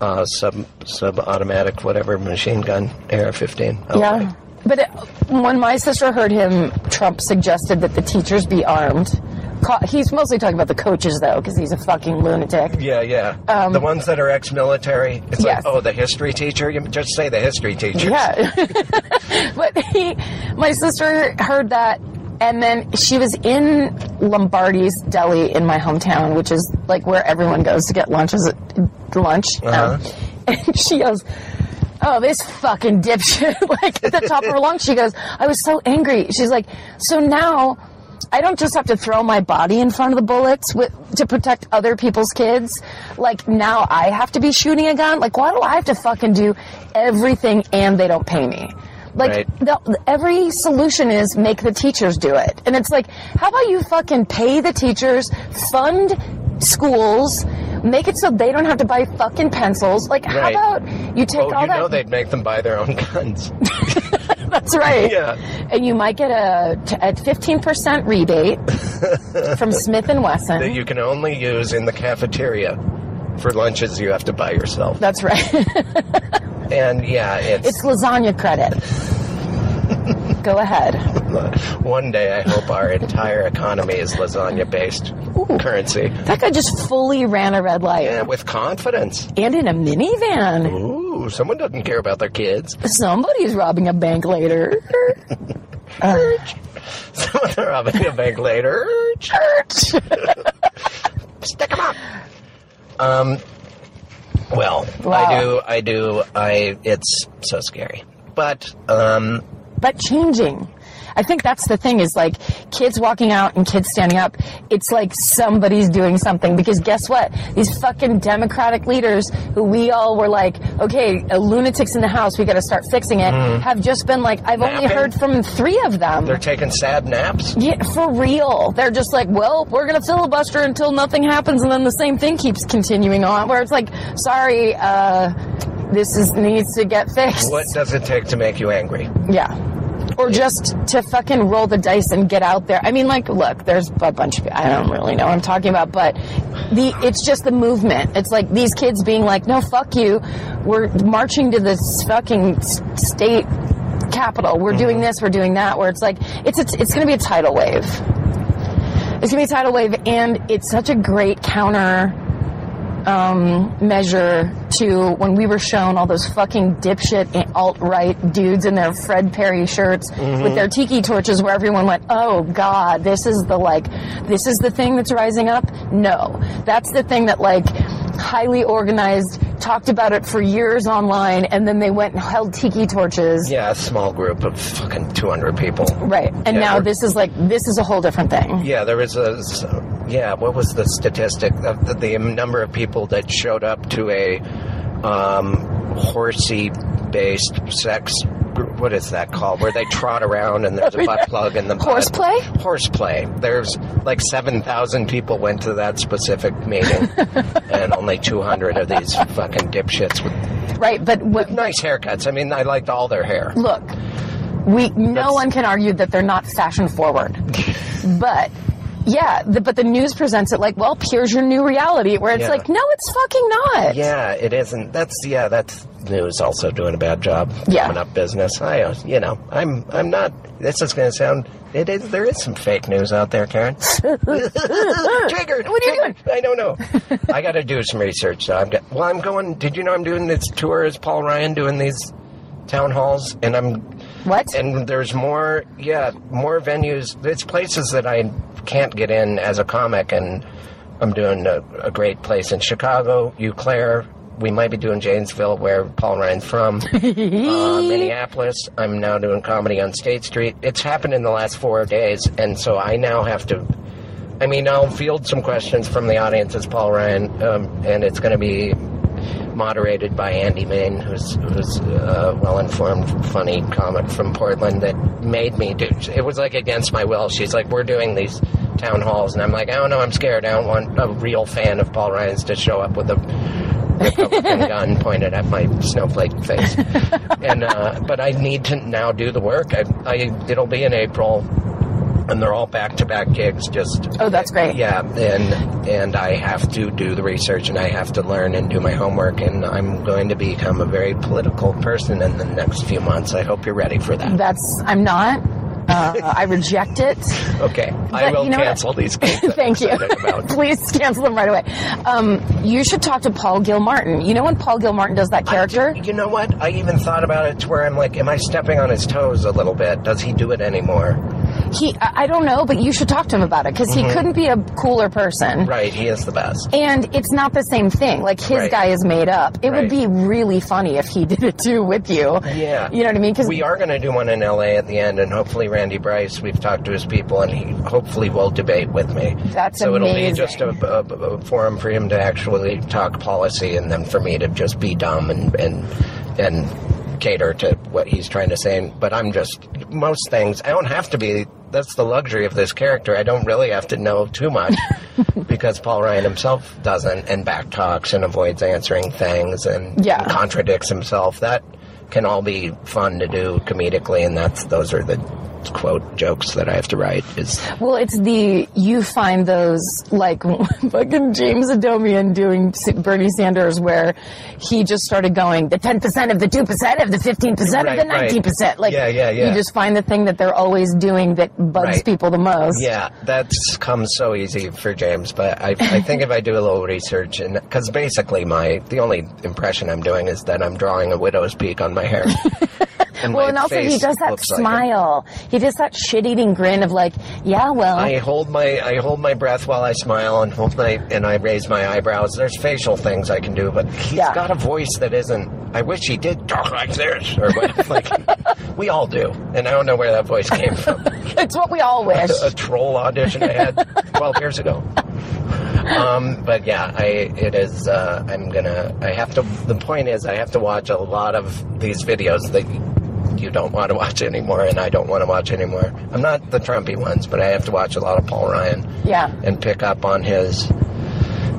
S2: uh, sub sub automatic whatever machine gun AR fifteen. Oh,
S3: yeah. But it, when my sister heard him, Trump suggested that the teachers be armed. Co- He's mostly talking about the coaches though, because he's a fucking lunatic.
S2: Yeah, yeah. the ones that are ex-military. It's
S3: Um, Yes.
S2: like, oh, the history teacher. You just say the history teacher.
S3: (laughs) Yeah. (laughs) but he, my sister heard that, and then she was in Lombardi's Deli in my hometown, which is like where everyone goes to get lunches at lunch. Um, (laughs)
S2: Uh-huh.
S3: and she goes, Oh, this fucking dipshit. (laughs) like at the top of her lungs, she goes, I was so angry. She's like, So now. I don't just have to throw my body in front of the bullets with, to protect other people's kids. Like now I have to be shooting a gun. Like why do I have to fucking do everything and they don't pay me? Like
S2: Right.
S3: the, every solution is make the teachers do it. And it's like, how about you fucking pay the teachers, fund schools, make it so they don't have to buy fucking pencils. Like how
S2: Right.
S3: about you take
S2: Oh,
S3: all
S2: you
S3: that
S2: know they'd make them buy their own (laughs) guns.
S3: (laughs) That's right.
S2: (laughs) Yeah.
S3: And you might get a t- a
S2: (laughs)
S3: 15% rebate from Smith and Wesson.
S2: that you can only use in the cafeteria. For lunches, you have to buy yourself.
S3: That's right. (laughs)
S2: And yeah,
S3: It's lasagna credit. Go ahead.
S2: One day, I hope our entire economy is lasagna based currency.
S3: That guy just fully ran a red light
S2: And with confidence.
S3: and in a minivan.
S2: Ooh, someone doesn't care about their kids.
S3: Somebody's robbing a bank later. (laughs)
S2: Someone robbing a bank later.
S3: Church.
S2: (laughs) Stick them up. Um, well,
S3: Wow.
S2: I do, I do, I, it's so scary. But, um,
S3: but changing. I think that's the thing is like kids walking out and kids standing up. It's like somebody's doing something because guess what? These fucking democratic leaders who we all were like, okay, uh, lunatics in the house, we got to start fixing it, have just been like, I've only
S2: Napping.
S3: heard from three of them.
S2: Mm-hmm. they're taking sad naps.
S3: yeah, for real. They're just like, well, we're gonna filibuster until nothing happens, and then the same thing keeps continuing on. Where it's like, sorry, uh, this is needs to get fixed.
S2: What does it take to make you angry?
S3: Yeah. Or just to fucking roll the dice and get out there. I mean, like, look, there's a bunch of I don't really know what I'm talking about, but the it's just the movement. It's like these kids being like, "No, fuck you. We're marching to this fucking s- state capital. We're doing this. We're doing that." Where it's like, it's a, it's going to be a tidal wave. It's going to be a tidal wave, and it's such a great counter um, measure to when we were shown all those fucking dipshit alt right dudes in their Fred Perry shirts
S2: Mm-hmm.
S3: with their tiki torches, where everyone went, "Oh God, this is the like, this is the thing that's rising up." No, that's the thing that like highly organized talked about it for years online, and then they went and held tiki torches.
S2: Yeah, a small group of fucking 200 people.
S3: Right, and
S2: Yeah,
S3: now
S2: we're-
S3: this is like this is a whole different thing.
S2: Yeah, there was a. s- Yeah, what was the statistic of the, the number of people that showed up to a um, horsey based sex gr- what is that called? Where they trot around and there's a butt plug in the butt.
S3: Horseplay?
S2: Horseplay. There's like seven thousand people went to that specific meeting, and only two hundred of these fucking dipshits with
S3: right? But what,
S2: nice haircuts. I mean, I liked all their hair.
S3: look, we no one can argue that they're not fashion
S2: (laughs)
S3: forward. but yeah, the, but the news presents it like, well, here's your new reality, where it's
S2: Yeah.
S3: like, no, it's fucking not.
S2: Yeah, it isn't. That's yeah, that's news also doing a bad job.
S3: Yeah.
S2: coming up business. I uh, you know I'm I'm not. This is going to sound. It is. There is some fake news out there,
S3: (laughs)
S2: Karen. triggered.
S3: What are you
S2: triggered. I don't know. I got to do some research. So I'm go- well. I'm going. Did you know I'm doing this tour as Paul Ryan doing these town halls and I'm
S3: What?
S2: and there's more yeah more venues it's places that i can't get in as a comic and i'm doing a, a great place in chicago eau claire we might be doing janesville where paul ryan's from uh, minneapolis i'm now doing comedy on state street it's happened in the last four days and so i now have to i mean i'll field some questions from the audience as paul ryan um, and it's going to be moderated by Andy Main, who's who's a well-informed, funny comic from Portland that made me do. It was like against my will. She's like, "We're doing these town halls," and I'm like, "I don't know. I'm scared. I don't want a real fan of Paul Ryan's to show up with a." Republican gun pointed at my snowflake face, and uh, but I need to now do the work. I, I it'll be in April, and they're all back-to-back gigs. Just
S3: Oh, that's great.
S2: yeah, and and I have to do the research, and I have to learn and do my homework, and I'm going to become a very political person in the next few months. I hope you're ready for
S3: (laughs)
S2: that.
S3: That's I'm not. Uh, I
S2: (laughs)
S3: reject it.
S2: okay, I
S3: But
S2: will
S3: you know what?
S2: cancel
S3: (laughs)
S2: these. gigs that
S3: Thank
S2: I'm
S3: you.
S2: excited About.
S3: (laughs) Please cancel them right away. Um, you should talk to Paul Gilmartin. You know when Paul Gilmartin does that character?
S2: You know what? I even thought about it to where I'm like, am I stepping on his toes a little bit? Does he do it anymore?
S3: He, I I don't know, but you should talk to him about it because
S2: Mm-hmm.
S3: he couldn't be a cooler person.
S2: Right, he is the best.
S3: And it's not the same thing. Like his
S2: Right.
S3: guy is made up. It
S2: Right.
S3: would be really funny if he (laughs) did it too with you.
S2: Yeah.
S3: You know what I mean? Because
S2: We are going to do one in LA at the end, and hopefully Randy Bryce. We've talked to his people, and he hopefully will debate with me.
S3: That's
S2: so it'll be
S3: amazing.
S2: just a, a, a forum for him to actually talk policy, and then for me to just be dumb and and and cater to what he's trying to say. But I'm just most things. I don't have to be. That's the luxury of this character. I don't really have to know too much because Paul Ryan himself doesn't and back talks and avoids answering things and
S3: Yeah.
S2: contradicts himself. That can all be fun to do comedically, and that's those are the quote jokes that I have to write. Is
S3: well, it's the you find those like (laughs) fucking James Adomian doing S- Bernie Sanders, where he just started going the ten percent of the two percent of the fifteen percent of
S2: Right,
S3: the
S2: right.
S3: nineteen percent. Like
S2: Yeah, yeah, yeah.
S3: you just find the thing that they're always doing that bugs
S2: Right.
S3: people the most.
S2: yeah, that's come so easy for James, but I, I think if I do a little research and because basically my the only impression I'm doing is that I'm drawing a widow's peak on my
S3: (laughs)
S2: hair. And
S3: Well,
S2: my
S3: and also he
S2: face
S3: does that
S2: looks like it.
S3: smile. he does that shit-eating grin of like, yeah, well,
S2: I hold my I hold my breath while I smile and hold my and I raise my eyebrows. There's facial things I can do, but he's
S3: Yeah.
S2: got a voice that isn't. I wish he did talk like this, or what, (laughs) like we all do. And I don't know where that voice came from.
S3: (laughs) it's what we all wish.
S2: (laughs) a troll audition I
S3: (laughs)
S2: had 12 years ago. Um, but yeah, I it is. Uh, I'm gonna. I have to. The point is, I have to watch a lot of these videos that you don't want to watch anymore, and I don't want to watch anymore. I'm not the Trumpy ones, but I have to watch a lot of Paul Ryan
S3: yeah,
S2: and pick up on his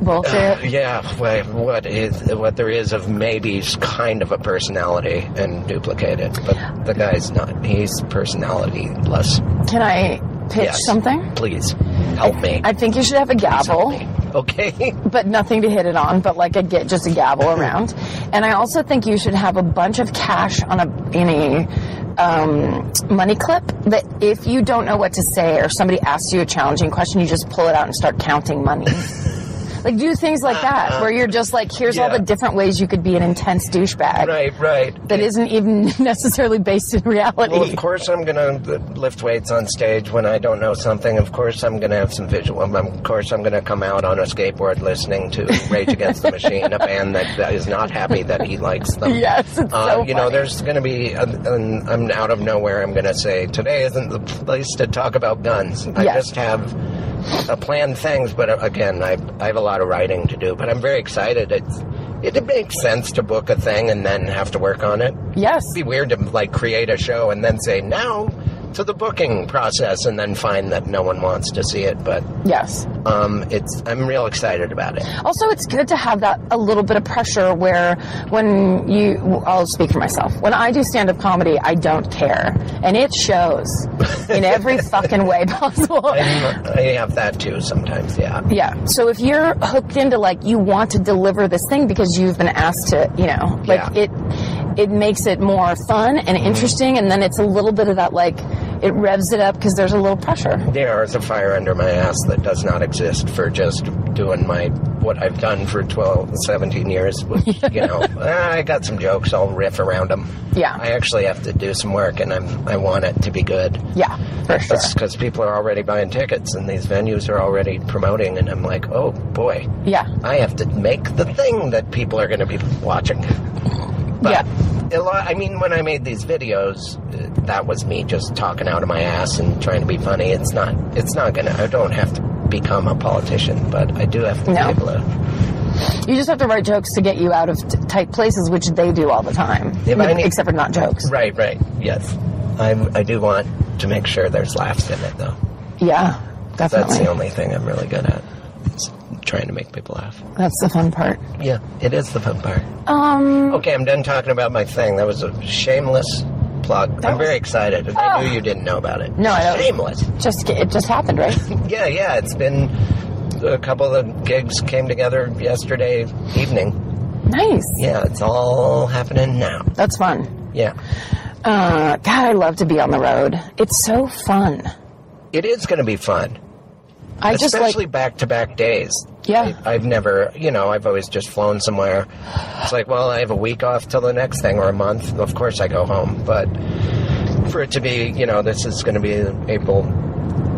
S3: bullshit.
S2: yeah wha- what is what there is of maybe's kind of a personality and duplicate it. But the guy's not. He's personality less.
S3: Can I pitch
S2: Yes.
S3: something?
S2: Please help me.
S3: I think you should have a gavel,
S2: Okay. (laughs)
S3: but nothing to hit it on, but like a get just a gavel
S2: Mm-hmm.
S3: around. And I also think you should have a bunch of cash on a in a um, money clip that if you don't know what to say or somebody asks you a challenging question, you just pull it out and start counting
S2: (laughs)
S3: money. like do things like that where you're just like, here's all
S2: Uh-huh. Yeah.
S3: the different ways you could be an intense douchebag
S2: Right, right.
S3: that isn't even (laughs) necessarily based in reality.
S2: Well, of course I'm gonna lift weights on stage when I don't know something. Of course I'm gonna have some visual. um, Of course I'm gonna come out on a skateboard listening to Rage Against the Machine, a band that, that is not happy that he likes them.
S3: Yes, it's
S2: Uh,
S3: so
S2: you know,
S3: funny.
S2: there's going to be, uh, and I'm out of nowhere. I'm going to say today isn't the place to talk about guns. I
S3: Yes.
S2: just have a plan things, but uh, again, I I have a lot of writing to do. But I'm very excited. It's It, it makes sense to book a thing and then have to work on it. It'd
S3: Yes.
S2: be weird to like create a show and then say now to the booking process and then find that no one wants to see it. But
S3: Yes.
S2: um, it's I'm real excited about it.
S3: Also, it's good to have that a little bit of pressure where when you, I'll speak for myself. When I do stand up comedy, I don't care. And it shows
S2: (laughs)
S3: in every fucking way (sighs) possible.
S2: I'm- I have that too sometimes. Yeah.
S3: Yeah. So if you're hooked into like you want to deliver this thing because you've been asked to, you know, like
S2: Yeah. Mm-hmm.
S3: it it makes it more fun and interesting and then it's a little bit of that like it revs it up because there's a little pressure.
S2: There is a fire under my ass that does not exist for just doing my what I've done for 12, 17 years. With, you know, ah, I got some jokes. I'll riff around them.
S3: Yeah.
S2: I actually have to do some work, and I'm I want it to be good.
S3: Yeah, for sure.
S2: That's because people are already buying tickets, and these venues are already promoting, and I'm like, oh boy,
S3: Yeah.
S2: I have to make the thing that people are going to be watching.
S3: Yeah.
S2: A lot, I mean, when I made these videos, uh, that was me just talking out of my ass and trying to be funny. It's not. It's not gonna. I don't have to become a politician, but I do have to
S3: No.
S2: be able to.
S3: You just have to write jokes to get you out of t- tight places, which they do all the time.
S2: Yeah, but I need-
S3: except for not jokes.
S2: Right. Right. Yes. I I do want to make sure there's laughs in it, though.
S3: Yeah,
S2: That's
S3: definitely.
S2: the only thing I'm really good at. is Trying to make people laugh.
S3: That's the fun part.
S2: Yeah, it is the fun part.
S3: Um,
S2: Okay, I'm done talking about my thing. That was a shameless plug. I'm
S3: was- Ah.
S2: very excited. I knew you didn't know about it.
S3: No, I don't.
S2: Shameless.
S3: just it just happened,
S2: (laughs)
S3: right?
S2: Yeah, yeah, it's been a couple of gigs came together yesterday evening.
S3: nice.
S2: Yeah, it's all happening now.
S3: That's fun.
S2: Yeah.
S3: Uh, God, I love to be on the road. It's so fun.
S2: It is going to be fun,
S3: I just like
S2: especially back to back days.
S3: Yeah.
S2: I, I've never, you know, I've always just flown somewhere. It's like, well, I have a week off till the next thing or a month. Of course I go home, but for it to be, you know, this is going to be April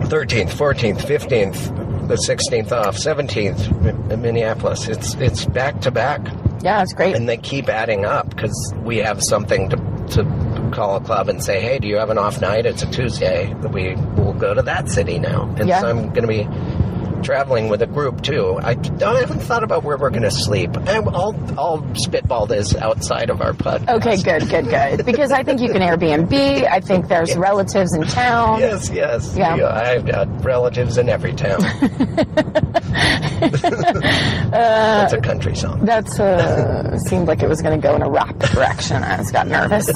S2: 13th, 14th, 15th, the 16th off, 17th in- in Minneapolis. It's it's back to back.
S3: Yeah, it's great.
S2: and they keep adding up because we have something to, to call a club and say, hey, do you have an off night? It's a Tuesday. We will go to that city now. And
S3: Yeah.
S2: so I'm going to be traveling with a group too. I, don't- I haven't thought about where we're going to sleep. I, I'll, I'll spitball this outside of our podcast.
S3: Okay, good, good, good. Because I think you can Airbnb. I think there's relatives in town.
S2: Yes, yes.
S3: Yeah.
S2: I've got relatives in every
S3: (laughs)
S2: town. That's a country
S3: (laughs)
S2: song.
S3: That's uh, seemed like it was going to go in a rock direction. I just got nervous.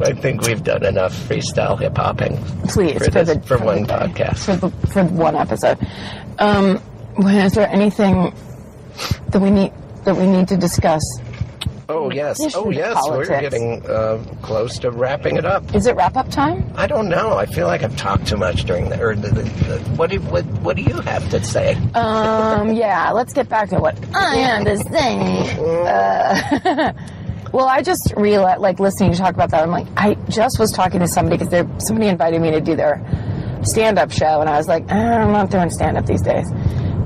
S2: I think we've done enough freestyle hip hopping
S3: Please
S2: for,
S3: for
S2: this-
S3: the
S2: for one
S3: the day.
S2: podcast.
S3: for the, for one episode. Um, well, is there anything that we need that we need to discuss?
S2: Oh yes,
S3: Issue
S2: oh
S3: of
S2: yes, we're
S3: politics.
S2: getting uh, close to wrapping it up.
S3: Is it wrap up time?
S2: I don't know. I feel like I've talked too much during the. Or the, the, the what do what, what do you have to say?
S3: Um, (laughs) yeah, let's get back to what I am this thing. Uh, (laughs) well, I just realized, like listening to you talk about that, I'm like, I just was talking to somebody because somebody invited me to do their stand up show, and I was like, "Ah, I'm not doing stand up these days.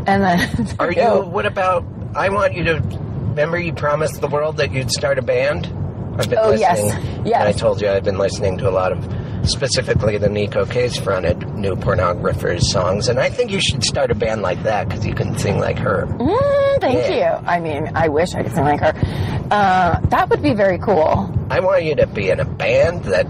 S3: And then (laughs)
S2: Are you? What about? I want you to remember. You promised the world that you'd start a band. I've been
S3: Oh, yes.
S2: listening.
S3: Yes.
S2: And I told you I've been listening to a lot of, specifically the Nico Case fronted new pornographers songs, and I think you should start a band like that because you can sing like her.
S3: Mm, thank
S2: Yeah.
S3: you. I mean, I wish I could sing like her. Uh, that would be very cool.
S2: I want you to be in a band that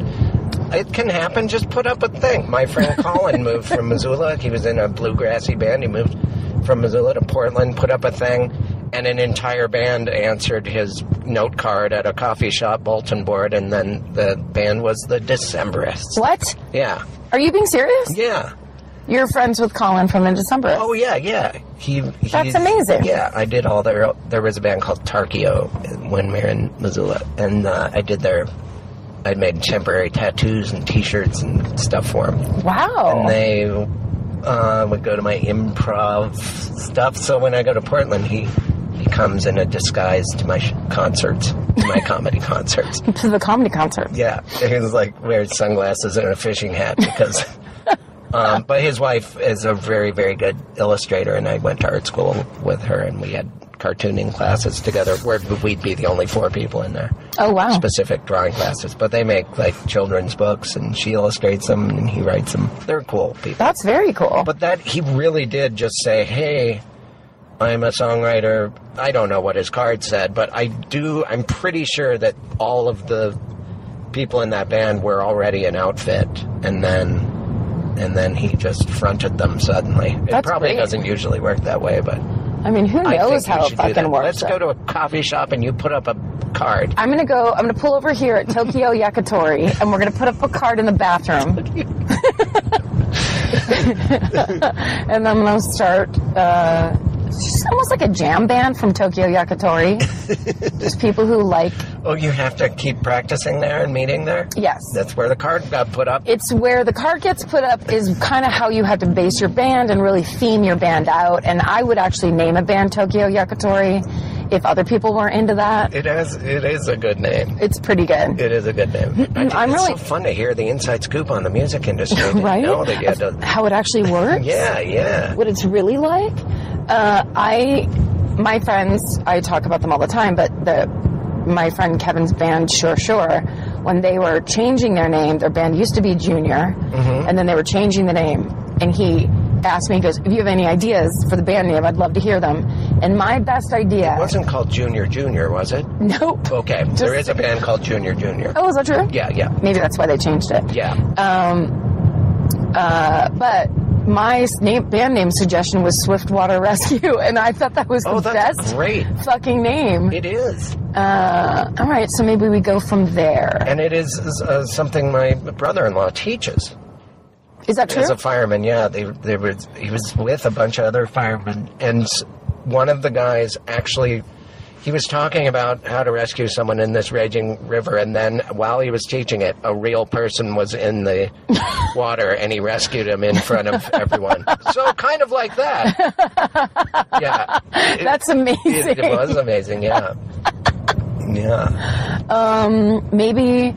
S2: it can happen. Just put up a thing. My friend Colin moved from Missoula. He was in a bluegrassy band. He moved from Missoula to Portland, put up a thing, and an entire band answered his note card at a coffee shop bulletin board, and then the band was the Decemberists.
S3: What?
S2: Yeah.
S3: Are you being serious?
S2: Yeah.
S3: You're friends with Colin from the December.
S2: Oh yeah, yeah. He. he's-
S3: amazing.
S2: Yeah, I did all their. There was a band called Tarkio when we were in Missoula, and uh, I did their. I made temporary tattoos and T-shirts and stuff for them.
S3: wow.
S2: And they uh, would go to my improv stuff. So when I go to Portland, he he comes in a disguise to my sh- concerts, to my comedy concerts.
S3: to the comedy concert.
S2: Yeah, he was like wears sunglasses and a fishing hat because. um, but his wife is a very, very good illustrator, and I went to art school with her, and we had cartooning classes together where we'd be the only four people in there
S3: Oh wow.
S2: specific drawing classes but they make like children's books and she illustrates them and he writes them they're cool people
S3: That's very cool.
S2: but that he really did just say hey I'm a songwriter. I don't know what his card said, but I do. I'm pretty sure that all of the people in that band were already an outfit, and then and then he just fronted them suddenly. it
S3: That's
S2: probably
S3: great.
S2: doesn't usually work that way, but
S3: I mean, who
S2: I
S3: knows
S2: think you
S3: how it
S2: should do
S3: fucking
S2: that.
S3: works?
S2: Let's go to a coffee shop and you put up a card.
S3: I'm gonna go. I'm gonna pull over here
S2: (laughs)
S3: at Tokyo Yakitori, and we're gonna put up a card in the bathroom. (laughs) and I'm gonna start. Uh, it's just almost like a jam band from Tokyo
S2: (laughs)
S3: Yakitori. just people who like.
S2: Oh, you have to keep practicing there and meeting there.
S3: Yes.
S2: That's where the card got put up.
S3: It's where the card gets put up is kind of how you have to base your band and really theme your band out. And I would actually name a band Tokyo Yakitori if other people were into that.
S2: It has. It is a good name.
S3: It's pretty good.
S2: It is a good name. I think
S3: (clears throat) I'm
S2: it's
S3: really-
S2: so fun to hear the inside scoop on the music
S3: (laughs)
S2: industry. Didn't
S3: Right?
S2: Know that you had
S3: Of
S2: to,
S3: How it actually works.
S2: yeah,
S3: (laughs)
S2: yeah.
S3: what it's really like. Uh, I, my friends, I talk about them all the time, but the my friend Kevin's band, Sure Sure, when they were changing their name, their band used to be Junior,
S2: Mm-hmm.
S3: and then they were changing the name, and he asked me, he goes, if you have any ideas for the band name, I'd love to hear them. And my best idea,
S2: It wasn't called Junior Junior, was it?
S3: (laughs) nope.
S2: Okay, there is a band called Junior Junior.
S3: Oh, is that true?
S2: Yeah, yeah,
S3: Maybe that's why they changed it.
S2: yeah.
S3: Um, uh, but my s- name, band name suggestion was Swiftwater Rescue, (laughs) and I thought that was
S2: oh,
S3: the
S2: that's
S3: best
S2: great.
S3: fucking name.
S2: It is,
S3: Uh, all right, so maybe we go from there.
S2: and it is uh, something my brother-in-law teaches.
S3: Is that true?
S2: As a fireman, yeah, they they were he was with a bunch of other firemen, and s- one of the guys actually he was talking about how to rescue someone in this raging river, and then while he was teaching it, a real person was in
S3: (laughs)
S2: the water, and he rescued him in front of everyone. so kind of like
S3: (laughs)
S2: that. Yeah, It-
S3: That's amazing.
S2: it, it was amazing.
S3: (laughs)
S2: Yeah, yeah.
S3: Um, maybe,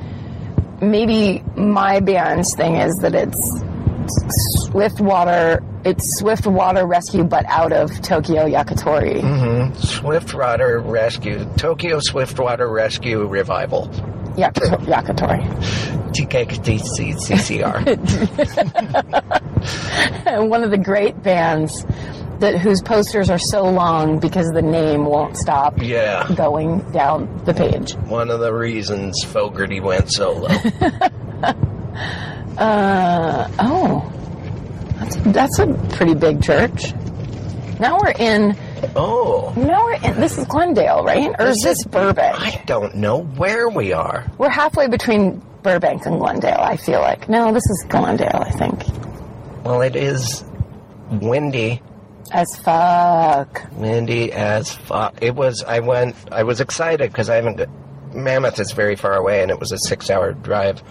S3: maybe my band's thing is that it's swift water. It's swift water rescue, but out of Tokyo Yakitori.
S2: Mm. Swiftwater Rescue, Tokyo Swiftwater Rescue Revival,
S3: Yakito- Yakitori. (laughs)
S2: TKTCCCR.
S3: And one of the great bands that whose posters are so long because the name won't stop
S2: (laughs) Yeah.
S3: going down the page.
S2: one of the reasons Fogarty went solo.
S3: Uh, oh, that's, that's a pretty big church. Now we're in.
S2: (laughs) oh,
S3: Now we're in. This is Glendale, right? Or is this Burbank?
S2: I don't know where we are.
S3: We're halfway between Burbank and Glendale. I feel like. No, this is Glendale. I think.
S2: Well, it is windy,
S3: As fuck.
S2: windy as fuck. It was. I went. I was excited because I haven't. go- Mammoth is very far away, and it was a six-hour drive.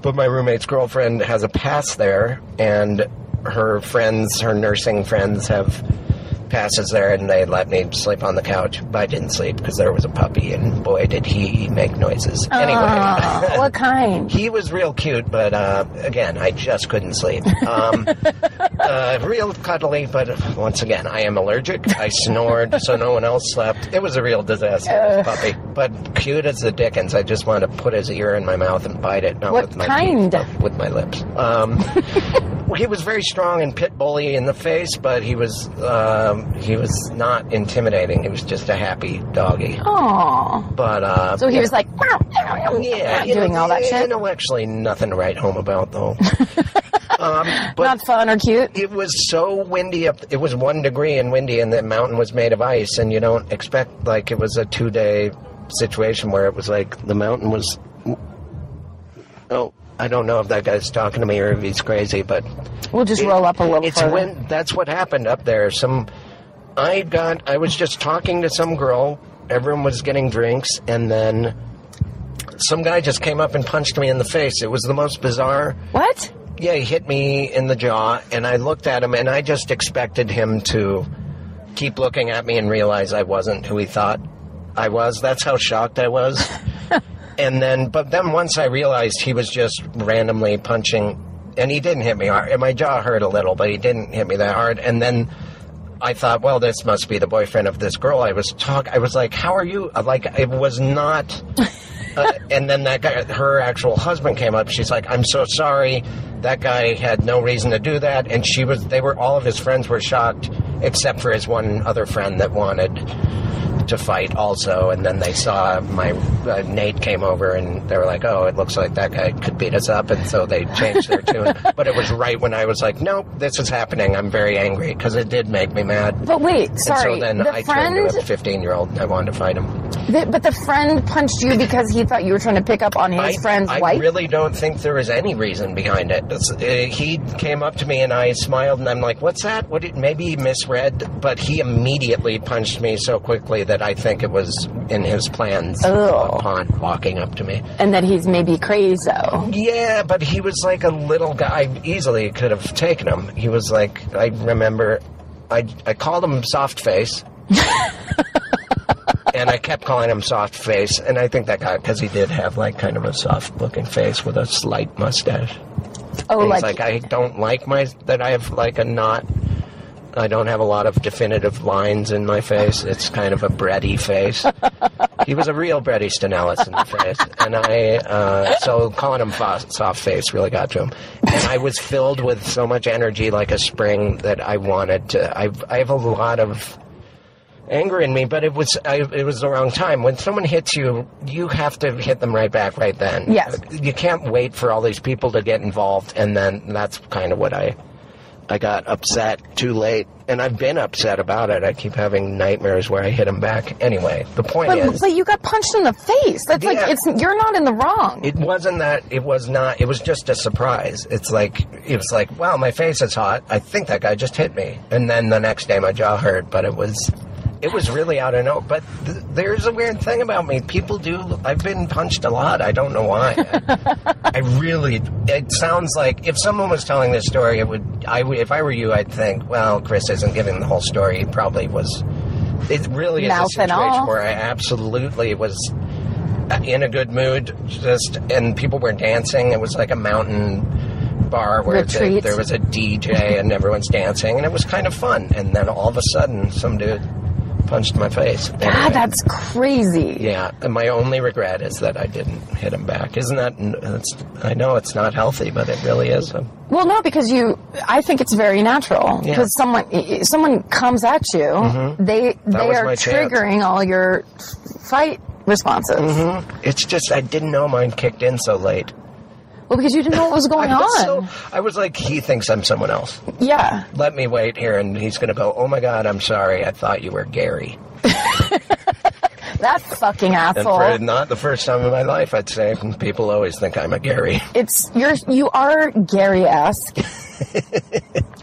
S2: But my roommate's girlfriend has a pass there, and her friends, her nursing friends, have passes there, and they let me sleep on the couch. But I didn't sleep because there was a puppy, and boy, did he make noises. anyway,
S3: Aw,
S2: (laughs)
S3: what kind?
S2: he was real cute, but uh, again, I just couldn't sleep.
S3: (laughs)
S2: Um, uh, real cuddly, but once again, I am allergic. I snored, so no one else slept. It was a real disaster, this
S3: Uh.
S2: puppy. But cute as the dickens. I just wanted to put his ear in my mouth and bite it, not
S3: What
S2: with my
S3: kind?
S2: teeth, but with my lips.
S3: (laughs)
S2: Um, he was very strong and pit bully in the face, but he was um, he was not intimidating. He was just a happy doggy.
S3: Aw.
S2: But uh,
S3: Oh, So he was like, meow, meow, meow, meow,
S2: yeah, you
S3: doing
S2: know,
S3: all that
S2: yeah,
S3: shit.
S2: Intellectually, nothing to write home about
S3: (laughs)
S2: though. um, but
S3: Not fun or cute.
S2: it was so windy up. It was one degree and windy, and the mountain was made of ice. And you don't expect like it was a two day situation where it was like the mountain was. Oh, I don't know if that guy's talking to me or if he's crazy, but
S3: We'll just roll up a little
S2: it's
S3: further.
S2: when that's what happened up there. Some I got I was just talking to some girl. Everyone was getting drinks, and then some guy just came up and punched me in the face. It was the most bizarre.
S3: what?
S2: Yeah, he hit me in the jaw, and I looked at him, and I just expected him to keep looking at me and realize I wasn't who he thought I was. That's how shocked I was. and then, but then once I realized he was just randomly punching, and he didn't hit me hard. And my jaw hurt a little, but he didn't hit me that hard. And then I thought, well, this must be the boyfriend of this girl I was talk. I was like, how are you? Like, it was not. uh, and then that guy, her actual husband came up. She's like, "I'm so sorry. That guy had no reason to do that." And she was. They were all of his friends were shocked, except for his one other friend that wanted to fight also. And then they saw my uh, Nate came over, and they were like, "Oh, it looks like that guy could beat us up." And so they changed their
S3: (laughs)
S2: tune. But it was right when I was like, "Nope, this is happening." I'm very angry because it did make me mad.
S3: But wait, sorry.
S2: And so then
S3: the
S2: I
S3: friend,
S2: turned to a 15 year old. I wanted to fight him.
S3: the- but the friend punched you because he thought you were trying to pick up on his
S2: I,
S3: friend's
S2: I
S3: wife.
S2: really don't think there was any reason behind it. It's- uh, he came up to me and I smiled and I'm like, "What's that?" What? Did, maybe he misread, but he immediately punched me so quickly that I think it was in his plans upon walking up to me.
S3: and that he's maybe Oh, crazo.
S2: Yeah, but he was like a little guy. I easily could have taken him. He was like, I remember, I I called him soft face. and I kept calling him soft face, and I think that guy because he did have like kind of a soft looking face with a slight mustache.
S3: Oh,
S2: He's
S3: like,
S2: like, I don't like my that I have like a not. I don't have a lot of definitive lines in my face. It's kind of a Bretty face. he was a real Bretty Stenellis in the face, and I uh, so calling him fo- soft face really got to him. And I was filled with so much energy, like a spring, that I wanted to. I I have a lot of anger in me, but it was I, it was the wrong time. When someone hits you, you have to hit them right back, right then.
S3: Yes.
S2: you can't wait for all these people to get involved, and then that's kind of what I. I got upset too late, and I've been upset about it. I keep having nightmares where I hit him back. Anyway, the point
S3: but,
S2: is,
S3: but you got punched in the face. That's
S2: Yeah.
S3: like it's you're not in the wrong.
S2: it wasn't that. It was not. It was just a surprise. It's like it was like, wow, my face is hot. I think that guy just hit me, and then the next day my jaw hurt. But it was, it was really out of nowhere. But th- there's a weird thing about me. People do. I've been punched a lot. I don't know
S3: (laughs)
S2: why. I really. It sounds like if someone was telling this story, it would. I would. If I were you, I'd think, well, Chris isn't giving the whole story. He probably was. It really is
S3: Mouth
S2: a
S3: and
S2: situation
S3: all.
S2: where I absolutely was in a good mood, just and people were dancing. It was like a mountain bar where the-
S3: Retreat.
S2: there was a DJ and everyone's dancing, and it was kind of fun. And then all of a sudden, some dude punched my face.
S3: God, Ah, that's crazy.
S2: Yeah, and my only regret is that I didn't hit him back. Isn't that? That's, I know it's not healthy, but it really is. Um,
S3: Well, no, because you. I think it's very natural
S2: Yeah. Mm-hmm.
S3: because someone i- someone comes at you, they they
S2: was
S3: are
S2: my chance. Mm-hmm.
S3: triggering all your fight responses.
S2: It's just I didn't know mine kicked in so late.
S3: Well, because you didn't know what
S2: (laughs)
S3: was going
S2: I
S3: on.
S2: was so I was like, he thinks I'm someone else.
S3: yeah,
S2: let me wait here and he's going to go oh my god i'm sorry i thought you were gary
S3: that fucking
S2: and
S3: asshole.
S2: for not the first time in my life i'd say people always think i'm a gary (laughs)
S3: it's you're you are Gary esque.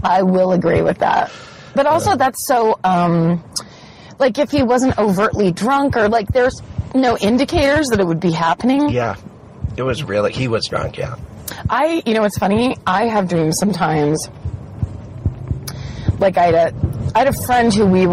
S3: I will agree with that, but also that's so um, like if he wasn't overtly drunk or like there's no indicators that it would be happening.
S2: yeah it was really he was drunk yeah
S3: I, you know, it's funny. I have dreams sometimes. Like I had a, I had a friend who we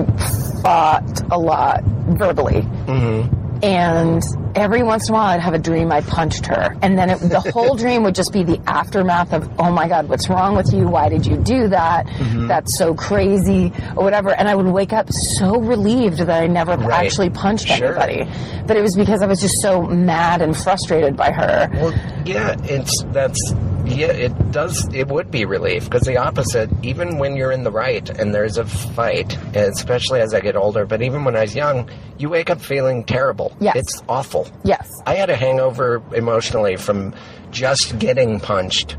S3: fought a lot verbally,
S2: Mm-hmm.
S3: and every once in a while I'd have a dream I punched her, and then it, the
S2: (laughs)
S3: whole dream would just be the aftermath of, oh my god, what's wrong with you? Why did you do that?
S2: Mm-hmm.
S3: That's so crazy, or whatever. And I would wake up so relieved that I never
S2: Right.
S3: actually punched
S2: Sure.
S3: anybody, but it was because I was just so mad and frustrated by her.
S2: well yeah it's that's yeah it does it would be relief because the opposite even when you're in the right and there's a fight especially as i get older but even when i was young you wake up feeling terrible
S3: Yes.
S2: it's awful
S3: Yes.
S2: I had a hangover emotionally from just getting punched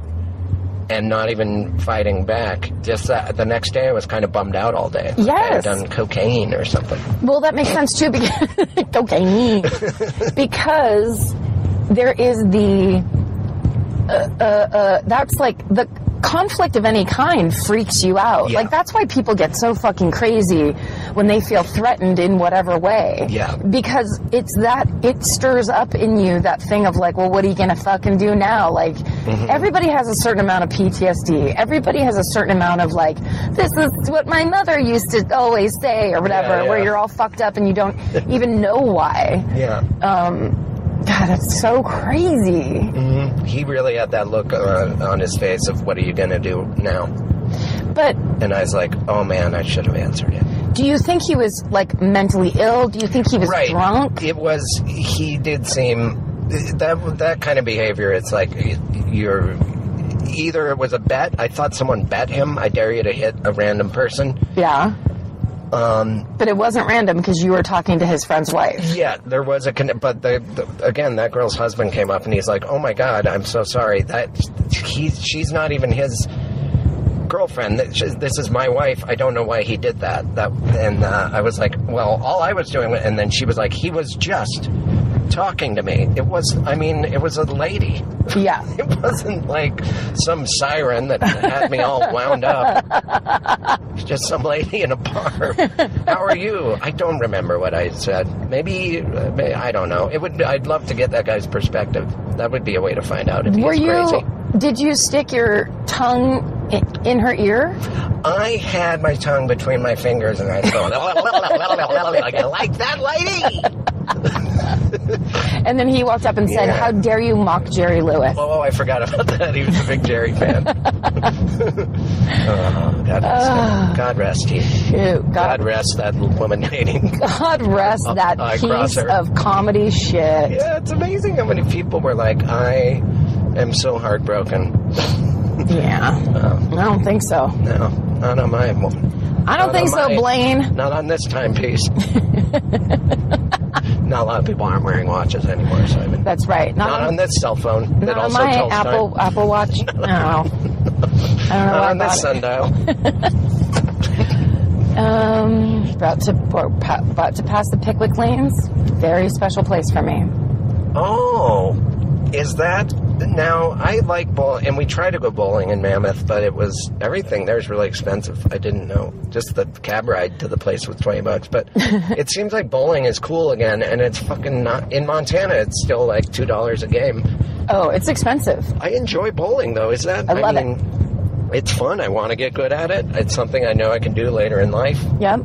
S2: and not even fighting back. Just that the next day, I was kind of bummed out all day. Like I had
S3: Yes.
S2: done cocaine or something.
S3: Well, that makes sense too because (laughs) okay,
S2: (laughs)
S3: because there is the uh, uh, uh, that's like the conflict of any kind freaks you out.
S2: Yeah.
S3: Like that's why people get so fucking crazy when they feel threatened in whatever way.
S2: Yeah.
S3: Because it's that it stirs up in you that thing of like, well, what are you gonna fucking do now? Like
S2: Mm-hmm.
S3: everybody has a certain amount of PTSD. Everybody has a certain amount of like, this is what my mother used to always say or whatever,
S2: Yeah,
S3: where
S2: yeah.
S3: you're all fucked up and
S2: (laughs)
S3: you don't even know why. Um,
S2: Yeah.
S3: God, it's so crazy.
S2: Mm-hmm. he really had that look on, on his face of, what are you going to do now?
S3: But
S2: And I was like, oh man, I should have answered it.
S3: Do you think he was like mentally ill? Do you think he was drunk?
S2: It was. He did seem that that kind of behavior, it's like you're either it was a bet. I thought someone bet him. I dare you to hit a random person.
S3: Yeah.
S2: Um,
S3: But it wasn't random because you were talking to his
S2: (laughs)
S3: friend's wife.
S2: yeah, there was a con- but the, the again that girl's husband came up and he's like, "Oh my god, I'm so sorry. That he's she's not even his." girlfriend that she- this is my wife i don't know why he did that that and uh, i was like well all i was doing was, and then she was like he was just talking to me it was i mean it was a lady
S3: Yeah.
S2: (laughs) it wasn't like some siren that had me all wound up. It's just some lady in a bar. How are you? I don't remember what I said. Maybe, uh, may I don't know. It would. I'd love to get that guy's perspective. That would be a way to find out if
S3: Were
S2: he's
S3: you?
S2: crazy.
S3: Did you stick your tongue in, in her ear?
S2: I had my tongue between my fingers and I was going like, I like that lady.
S3: And then he walked up and said,
S2: Yeah.
S3: "How dare you mock Jerry Lewis?"
S2: Oh, I forgot about that. He was a big Jerry fan. (laughs) oh, God rest
S3: Ah.
S2: him. God rest you.
S3: Shoot, God,
S2: God rest that woman hating.
S3: God rest that
S2: eye
S3: piece
S2: crosser.
S3: of comedy shit.
S2: Yeah, it's amazing how many people were like, I am so heartbroken.
S3: Yeah.
S2: Um,
S3: I don't think so.
S2: No, not on my, not
S3: I don't
S2: Not
S3: think
S2: on
S3: so,
S2: my-
S3: Blaine.
S2: on this
S3: (laughs)
S2: timepiece. Not a lot of people aren't wearing watches anymore, Simon.
S3: That's right. Not,
S2: Not
S3: on,
S2: on this cell phone.
S3: Um, not
S2: that
S3: on
S2: also
S3: my
S2: tells time.
S3: Apple
S2: (laughs)
S3: Apple Watch. No. I don't know.
S2: Not
S3: why I
S2: on this
S3: bought it.
S2: sundial.
S3: Um, about to or pa- about to pass the Pickwick Lanes. Very special place for me.
S2: Oh, is that now? I like bowl, and we tried to go bowling in Mammoth, but it was everything there's really expensive. I didn't know. Just the cab ride to the place was twenty bucks,
S3: (laughs)
S2: but it seems like bowling is cool again, and it's fucking not in Montana. It's still like two dollars a game.
S3: Oh, it's expensive.
S2: I enjoy bowling though. Is that?
S3: I love it.
S2: mean, It's fun. I want to get good at it. It's something I know I can do later in life.
S3: Yep.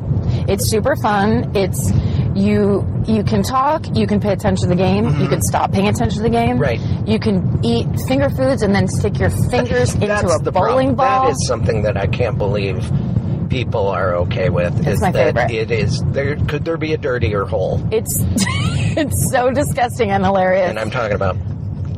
S3: It's super fun. It's you you can talk, you can pay attention to the game, you can stop paying attention to the game.
S2: Mm-hmm. Right.
S3: You can eat finger foods and then stick your fingers
S2: (laughs)
S3: into
S2: That's
S3: a
S2: the problem.
S3: bowling ball.
S2: That is something that I can't believe people are okay with. is
S3: my
S2: that
S3: favorite.
S2: it is there could there be a dirtier hole?
S3: it's (laughs) it's so disgusting and hilarious.
S2: And I'm talking about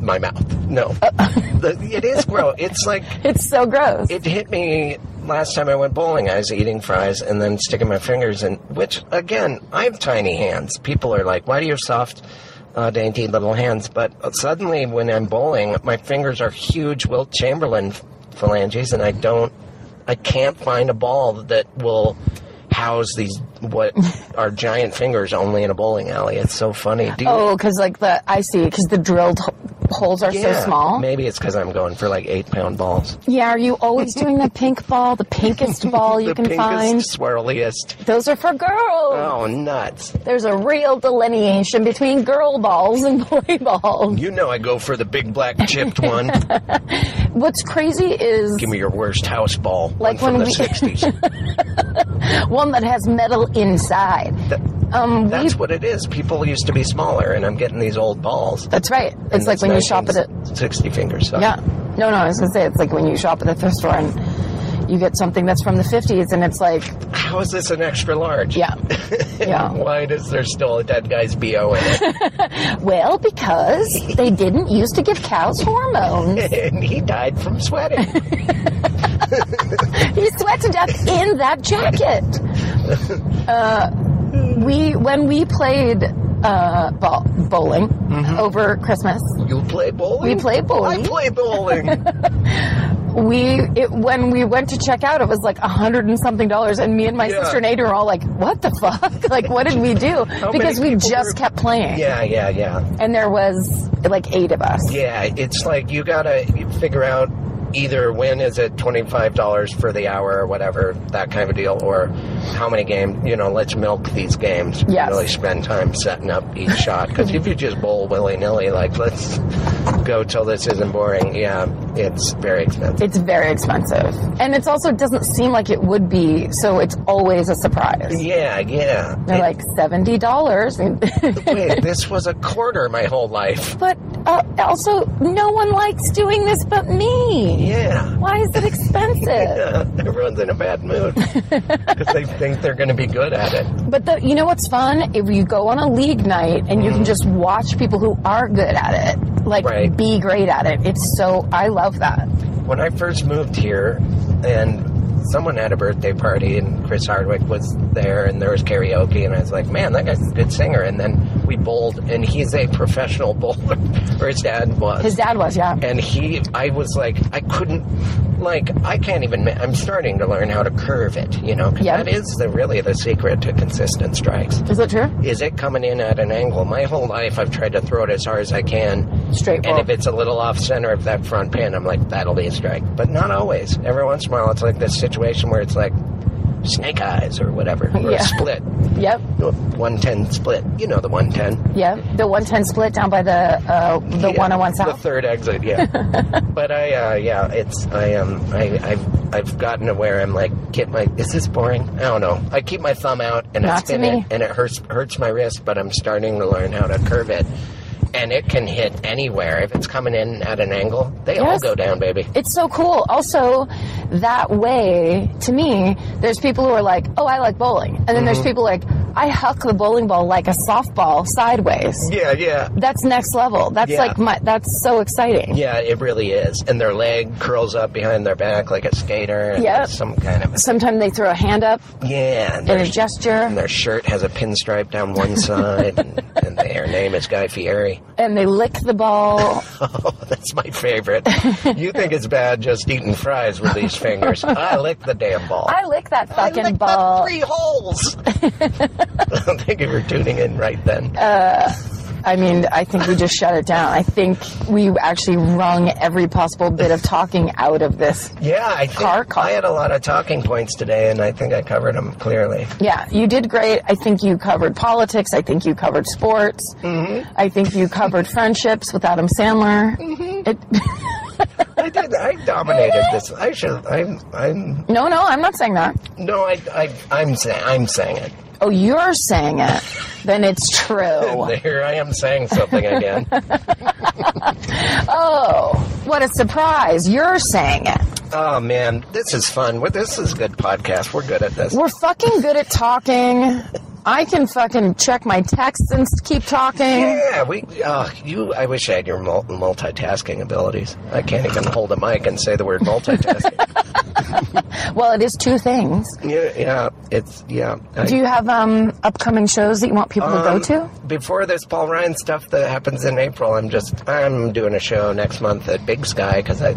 S2: my mouth. No.
S3: Uh, (laughs)
S2: The- it is gross. It's like
S3: it's so gross.
S2: it hit me last time I went bowling. I was eating fries and then sticking my fingers in, which again, I have tiny hands. People are like, "Why do you have soft, uh, dainty little hands?" But suddenly, when I'm bowling, my fingers are huge Wilt Chamberlain phalanges, and I don't, I can't find a ball that will house these
S3: (laughs)
S2: what are giant fingers only in a bowling alley. It's so funny. Do you,
S3: oh, because like the I see, because the drilled ho- holes are so
S2: Yeah.
S3: small.
S2: Maybe it's because I'm going for like eight pound balls.
S3: Yeah, are you always
S2: (laughs)
S3: doing the pink ball, the pinkest ball you
S2: the
S3: can
S2: pinkest,
S3: find?
S2: swirliest.
S3: Those are for girls.
S2: Oh, nuts.
S3: There's a real delineation between girl balls and (laughs) boy balls.
S2: You know I go for the big black chipped
S3: (laughs)
S2: one.
S3: What's crazy is
S2: Give me your worst house ball.
S3: Like
S2: one from
S3: when
S2: the
S3: we- (laughs)
S2: 60s.
S3: one that has metal inside.
S2: That-
S3: Um, we,
S2: that's what it is. People used to be smaller, and I'm getting these old balls.
S3: that's right. It's like when you shop at a
S2: 60 fingers. So.
S3: yeah. No, no, I was gonna say it's like when you shop at the thrift store and you get something that's from the 50s and it's like
S2: How is this an extra large? (laughs)
S3: yeah, yeah.
S2: Why is there still a dead guy's BO in
S3: (laughs)
S2: it?
S3: Well, because they didn't used to give cows
S2: (laughs)
S3: hormones.
S2: and he died from sweating.
S3: He sweat to death in
S2: (laughs)
S3: that jacket. Uh, we when we played uh, ball, bowling
S2: Mm-hmm.
S3: over Christmas,
S2: you play bowling?
S3: We play bowling.
S2: I play bowling.
S3: (laughs) we it, when we went to check out, it was like a hundred and something dollars, and me and my
S2: Yeah.
S3: sister and Ada were all like, "What the fuck? (laughs) Like, what did we do?"
S2: many
S3: because we
S2: people
S3: just
S2: were-
S3: kept playing,
S2: yeah, yeah, yeah.
S3: and there was like eight of us.
S2: Yeah, it's like you gotta figure out either when is it twenty five dollars for the hour or whatever that kind of a deal, or how many games. You know, let's milk these games.
S3: Yes.
S2: Really spend time setting up
S3: (laughs)
S2: each shot because if you just bowl willy nilly, like let's go till this isn't boring. Yeah, it's very expensive.
S3: It's very expensive, and it's also doesn't seem like it would be, so it's always a surprise.
S2: Yeah, yeah.
S3: They're like seventy dollars.
S2: (laughs) Wait, this was a quarter my whole life.
S3: (laughs) But uh, also, no one likes doing this but me.
S2: Yeah. (laughs)
S3: Why is it expensive?
S2: Yeah, everyone's in a bad
S3: (laughs)
S2: mood because they think they're going to be good at it.
S3: But the, you know what's fun? If you go on a league night and you can just watch people who are good at it, like
S2: Mm. Right.
S3: be great at it. It's so I love that.
S2: When I first moved here, and someone had a birthday party, and Chris Hardwick was there, and there was karaoke, and I was like, "Man, that guy's a good singer." And then we bowled, and he's a professional (laughs) bowler, or his dad was.
S3: His dad was, yeah.
S2: and he i was like i couldn't like i can't even ma- i'm starting to learn how to curve it you know 'cause
S3: Yeah.
S2: that is the really the secret to consistent strikes
S3: Is that true?
S2: is it coming in at an angle my whole life i've tried to throw it as hard as i can
S3: Straight
S2: and
S3: roll.
S2: if it's a little off center of that front pin i'm like that'll be a strike but not always every once in a while it's like this situation where it's like snake eyes or whatever or
S3: Yeah.
S2: a split
S3: Yep.
S2: a 110 split you know the 110
S3: Yep. The 110 split down by the uh, the
S2: Yeah,
S3: 101
S2: The
S3: south.
S2: third exit,
S3: (laughs)
S2: yeah. but I, uh, yeah, it's I um I I've I've gotten to where I'm like get my is this boring? I don't know. I keep my thumb out and
S3: Not
S2: I
S3: to
S2: spin
S3: me.
S2: it and it hurts hurts my wrist, but I'm starting to learn how to curve it. And it can hit anywhere if it's coming in at an angle. They all
S3: Yes.
S2: go down, baby.
S3: It's so cool. Also, that way to me, there's people who are like, "Oh, I like bowling," and then
S2: Mm-hmm.
S3: there's people like, "I huck the bowling ball like a softball sideways."
S2: Yeah, yeah.
S3: That's next level. That's
S2: Yeah.
S3: like my. That's so exciting.
S2: Yeah, it really is. And their leg curls up behind their back like a skater. And
S3: Yep.
S2: there's some kind of
S3: Sometimes they throw a hand up
S2: yeah. And
S3: in a
S2: their,
S3: gesture.
S2: and their shirt has a pinstripe down
S3: (laughs)
S2: one side, and, and their name is Guy Fieri. (laughs)
S3: and they lick the ball.
S2: Oh, that's my favorite. You think it's bad just eating fries with these
S3: (laughs)
S2: fingers. I lick the damn ball.
S3: I lick that
S2: I
S3: fucking
S2: licked
S3: ball.
S2: up three
S3: (laughs)
S2: holes. (laughs) Thank you for tuning in right then.
S3: Uh, I mean, I think we just shut it down. I think we actually wrung every possible bit of talking out of this.
S2: yeah, I think
S3: car call.
S2: I had a lot of talking points today, and I think I covered them clearly.
S3: Yeah, you did great. I think you covered politics. I think you covered sports. Mm-hmm. I think you covered friendships with Adam Sandler. It,
S2: I did. I dominated this. I should. I'm. I'm.
S3: no, no, I'm not saying that.
S2: No, I. I I'm saying. I'm saying it.
S3: Oh, you're saying it. Then
S2: (laughs)
S3: it's true.
S2: Here I am saying something
S3: (laughs)
S2: again.
S3: Oh, what a surprise. You're saying it.
S2: oh man, this is fun. Well, This is good podcast. We're good at this.
S3: We're fucking good at talking. I can fucking check my texts and s- keep talking.
S2: Yeah, we. Uh, you. I wish I had your mul- multitasking abilities. I can't even hold a mic and say the word
S3: (laughs)
S2: multitasking.
S3: Well, it is two things.
S2: yeah, yeah. It's yeah. I,
S3: Do you have um, upcoming shows that you want people to go to?
S2: Before this Paul Ryan stuff that happens in April, I'm just I'm doing a show next month at Big Sky because I.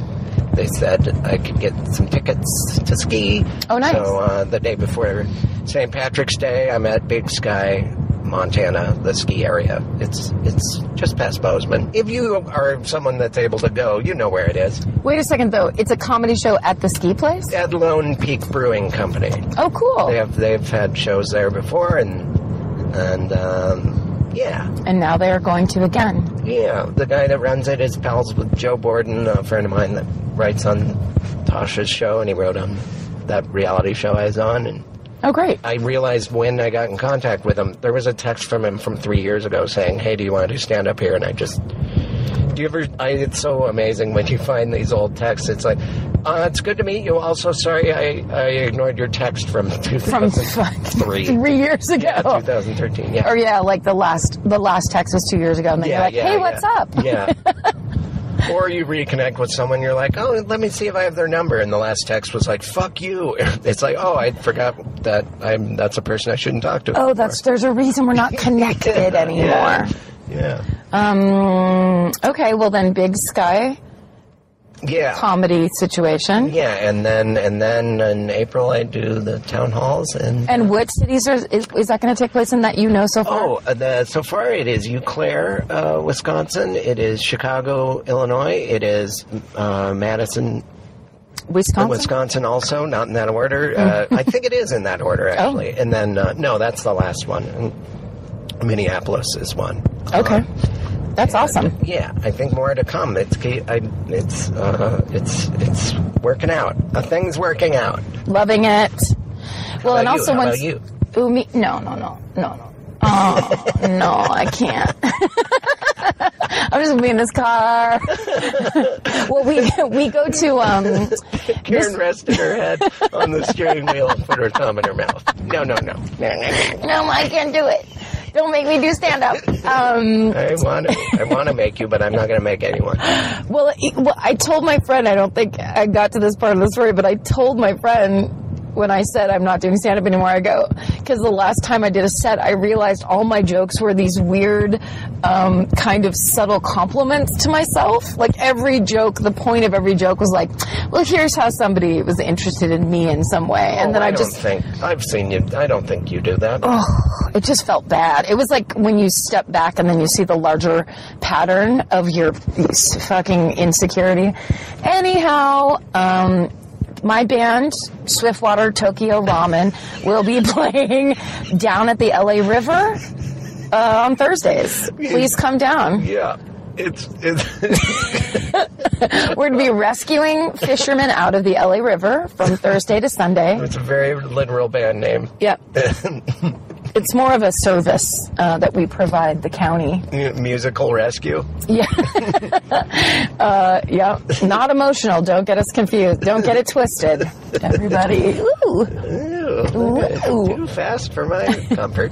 S2: They said I could get some tickets to ski.
S3: Oh, nice.
S2: So uh, the day before St. Patrick's Day, I'm at Big Sky, Montana, the ski area. It's it's just past Bozeman. If you are someone that's able to go, you know where it is.
S3: Wait a second, though. It's a comedy show at the ski place?
S2: at Lone Peak Brewing Company.
S3: Oh, cool.
S2: They have they've had shows there before, and and um, yeah,
S3: And now they are going to again.
S2: yeah. The guy that runs it is pals with Joe Borden, a friend of mine that writes on Tasha's show, and he wrote on that reality show I was on. And
S3: Oh, great.
S2: I realized when I got in contact with him, there was a text from him from three years ago saying, "Hey, do you want to stand up here?" And I just do you ever? I, it's so amazing when you find these old texts. It's like, uh, it's good to meet you. Also, sorry I, I ignored your text from
S3: From
S2: 2003.
S3: (laughs) three years ago.
S2: Yeah, 2013. Yeah.
S3: or yeah, like the last the last text was two years ago, and then
S2: yeah,
S3: you're like,
S2: yeah,
S3: "Hey,
S2: yeah.
S3: what's up?"
S2: Yeah.
S3: (laughs)
S2: Or you reconnect with someone, you're like, oh, let me see if I have their number. And the last text was like, fuck you. (laughs) It's like, oh, I forgot that I'm that's a person I shouldn't talk to.
S3: Oh, that's there's a reason we're not connected anymore.
S2: (laughs) Yeah. Yeah.
S3: Um. Okay. Well, then, Big Sky
S2: Yeah.
S3: comedy situation.
S2: Yeah, and then and then in April I do the town halls and
S3: And what cities are is, is that going to take place in that you know so far?
S2: oh, uh, the, so far it is Eau Claire, uh, Wisconsin. It is Chicago, Illinois. It is uh, Madison,
S3: Wisconsin.
S2: Wisconsin. Also, not in that order. Uh,
S3: Mm-hmm.
S2: I think it is in that
S3: Oh.
S2: order actually. And then uh, no, that's the last one. And Minneapolis is one. Uh,
S3: Okay, that's awesome.
S2: Yeah, I think more to come. It's ca- I, it's uh, it's it's working out. The thing's working out.
S3: Loving it. Well,
S2: about
S3: and
S2: you?
S3: also
S2: How about
S3: once
S2: you?
S3: Ooh, me- no, no, no, no, no. Oh no, I can't. (laughs) I'm just gonna be in this car. (laughs) well, we we go to um,
S2: Karen rested her head on the steering wheel and put her thumb in her mouth. No, no, no. No, no, no.
S3: no, I can't do it. Don't make me do stand up. Um,
S2: I want to. I want to make you, but I'm not going to make anyone.
S3: Well, it- well, I told my friend, I don't think I got to this part of the story, but I told my friend when I said I'm not doing stand up anymore, I go, because the last time I did a set, I realized all my jokes were these weird, um, kind of subtle compliments to myself. Like every joke, the point of every joke was like, well, here's how somebody was interested in me in some way. And then
S2: Oh, I,
S3: I
S2: don't
S3: just, Oh.
S2: think I've seen you. I don't think you do that.
S3: it just felt bad. It was like when you step back and then you see the larger pattern of your s- fucking insecurity. Anyhow, um, my band, Swiftwater Tokyo Ramen, will be (laughs) playing down at the LA River uh, on Thursdays. Please come down.
S2: Yeah, it's it's.
S3: We're going to be rescuing fishermen out of the LA River from Thursday to Sunday.
S2: It's a very literal band name.
S3: Yep. It's more of a service uh, that we provide the county.
S2: Musical rescue.
S3: Yeah. uh, yeah. (laughs) Not emotional. Don't get us confused. Don't get it twisted. Everybody. Ooh.
S2: Ooh, too fast for my
S3: (laughs)
S2: comfort.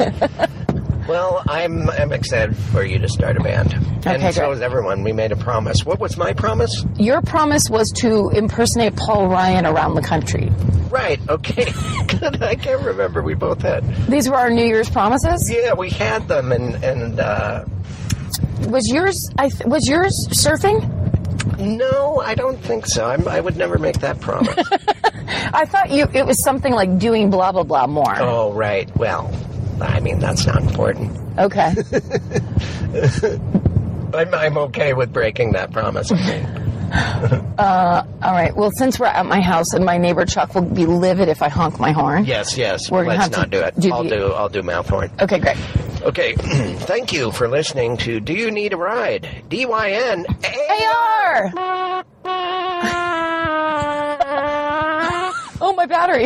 S2: well, I'm I'm excited for you to start a band,
S3: Okay,
S2: and so
S3: great.
S2: is everyone. We made a promise. What was my promise?
S3: Your promise was to impersonate Paul Ryan around the country.
S2: Right. Okay. (laughs) Good. I can't remember. We both had.
S3: These were our New Year's promises.
S2: Yeah, we had them, and and uh,
S3: Was yours? I th- was yours surfing?
S2: no, I don't think so. I'm, I would never make that
S3: (laughs)
S2: promise.
S3: I thought you. It was something like doing blah blah blah more.
S2: oh, right. Well, I mean that's not important.
S3: Okay.
S2: I'm I'm okay with breaking that
S3: (laughs)
S2: promise. I think.
S3: All right. Well, since we're at my house and my neighbor Chuck will be livid if I honk my horn.
S2: Yes, yes.
S3: We're gonna
S2: Let's
S3: have to
S2: not do it.
S3: do
S2: I'll
S3: the-
S2: do I'll do mouth horn.
S3: Okay. Great.
S2: Okay, (clears throat) thank you for listening to Do You Need a Ride? D-Y-N.
S3: AR. (laughs) oh, my battery.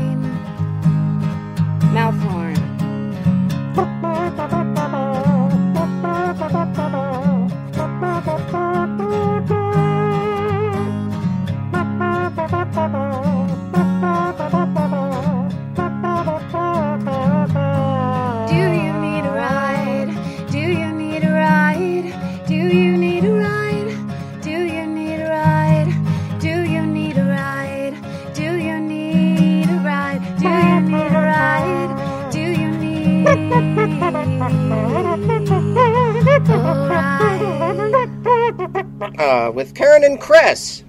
S1: Mouth horn. Do you need a ride? Do you need a ride? Do you need a ride? Do you need a ride? Do you need a ride? Do you need a ride? Do you need a ride? Do you need a ride?
S2: Uh, with Karen and Chris.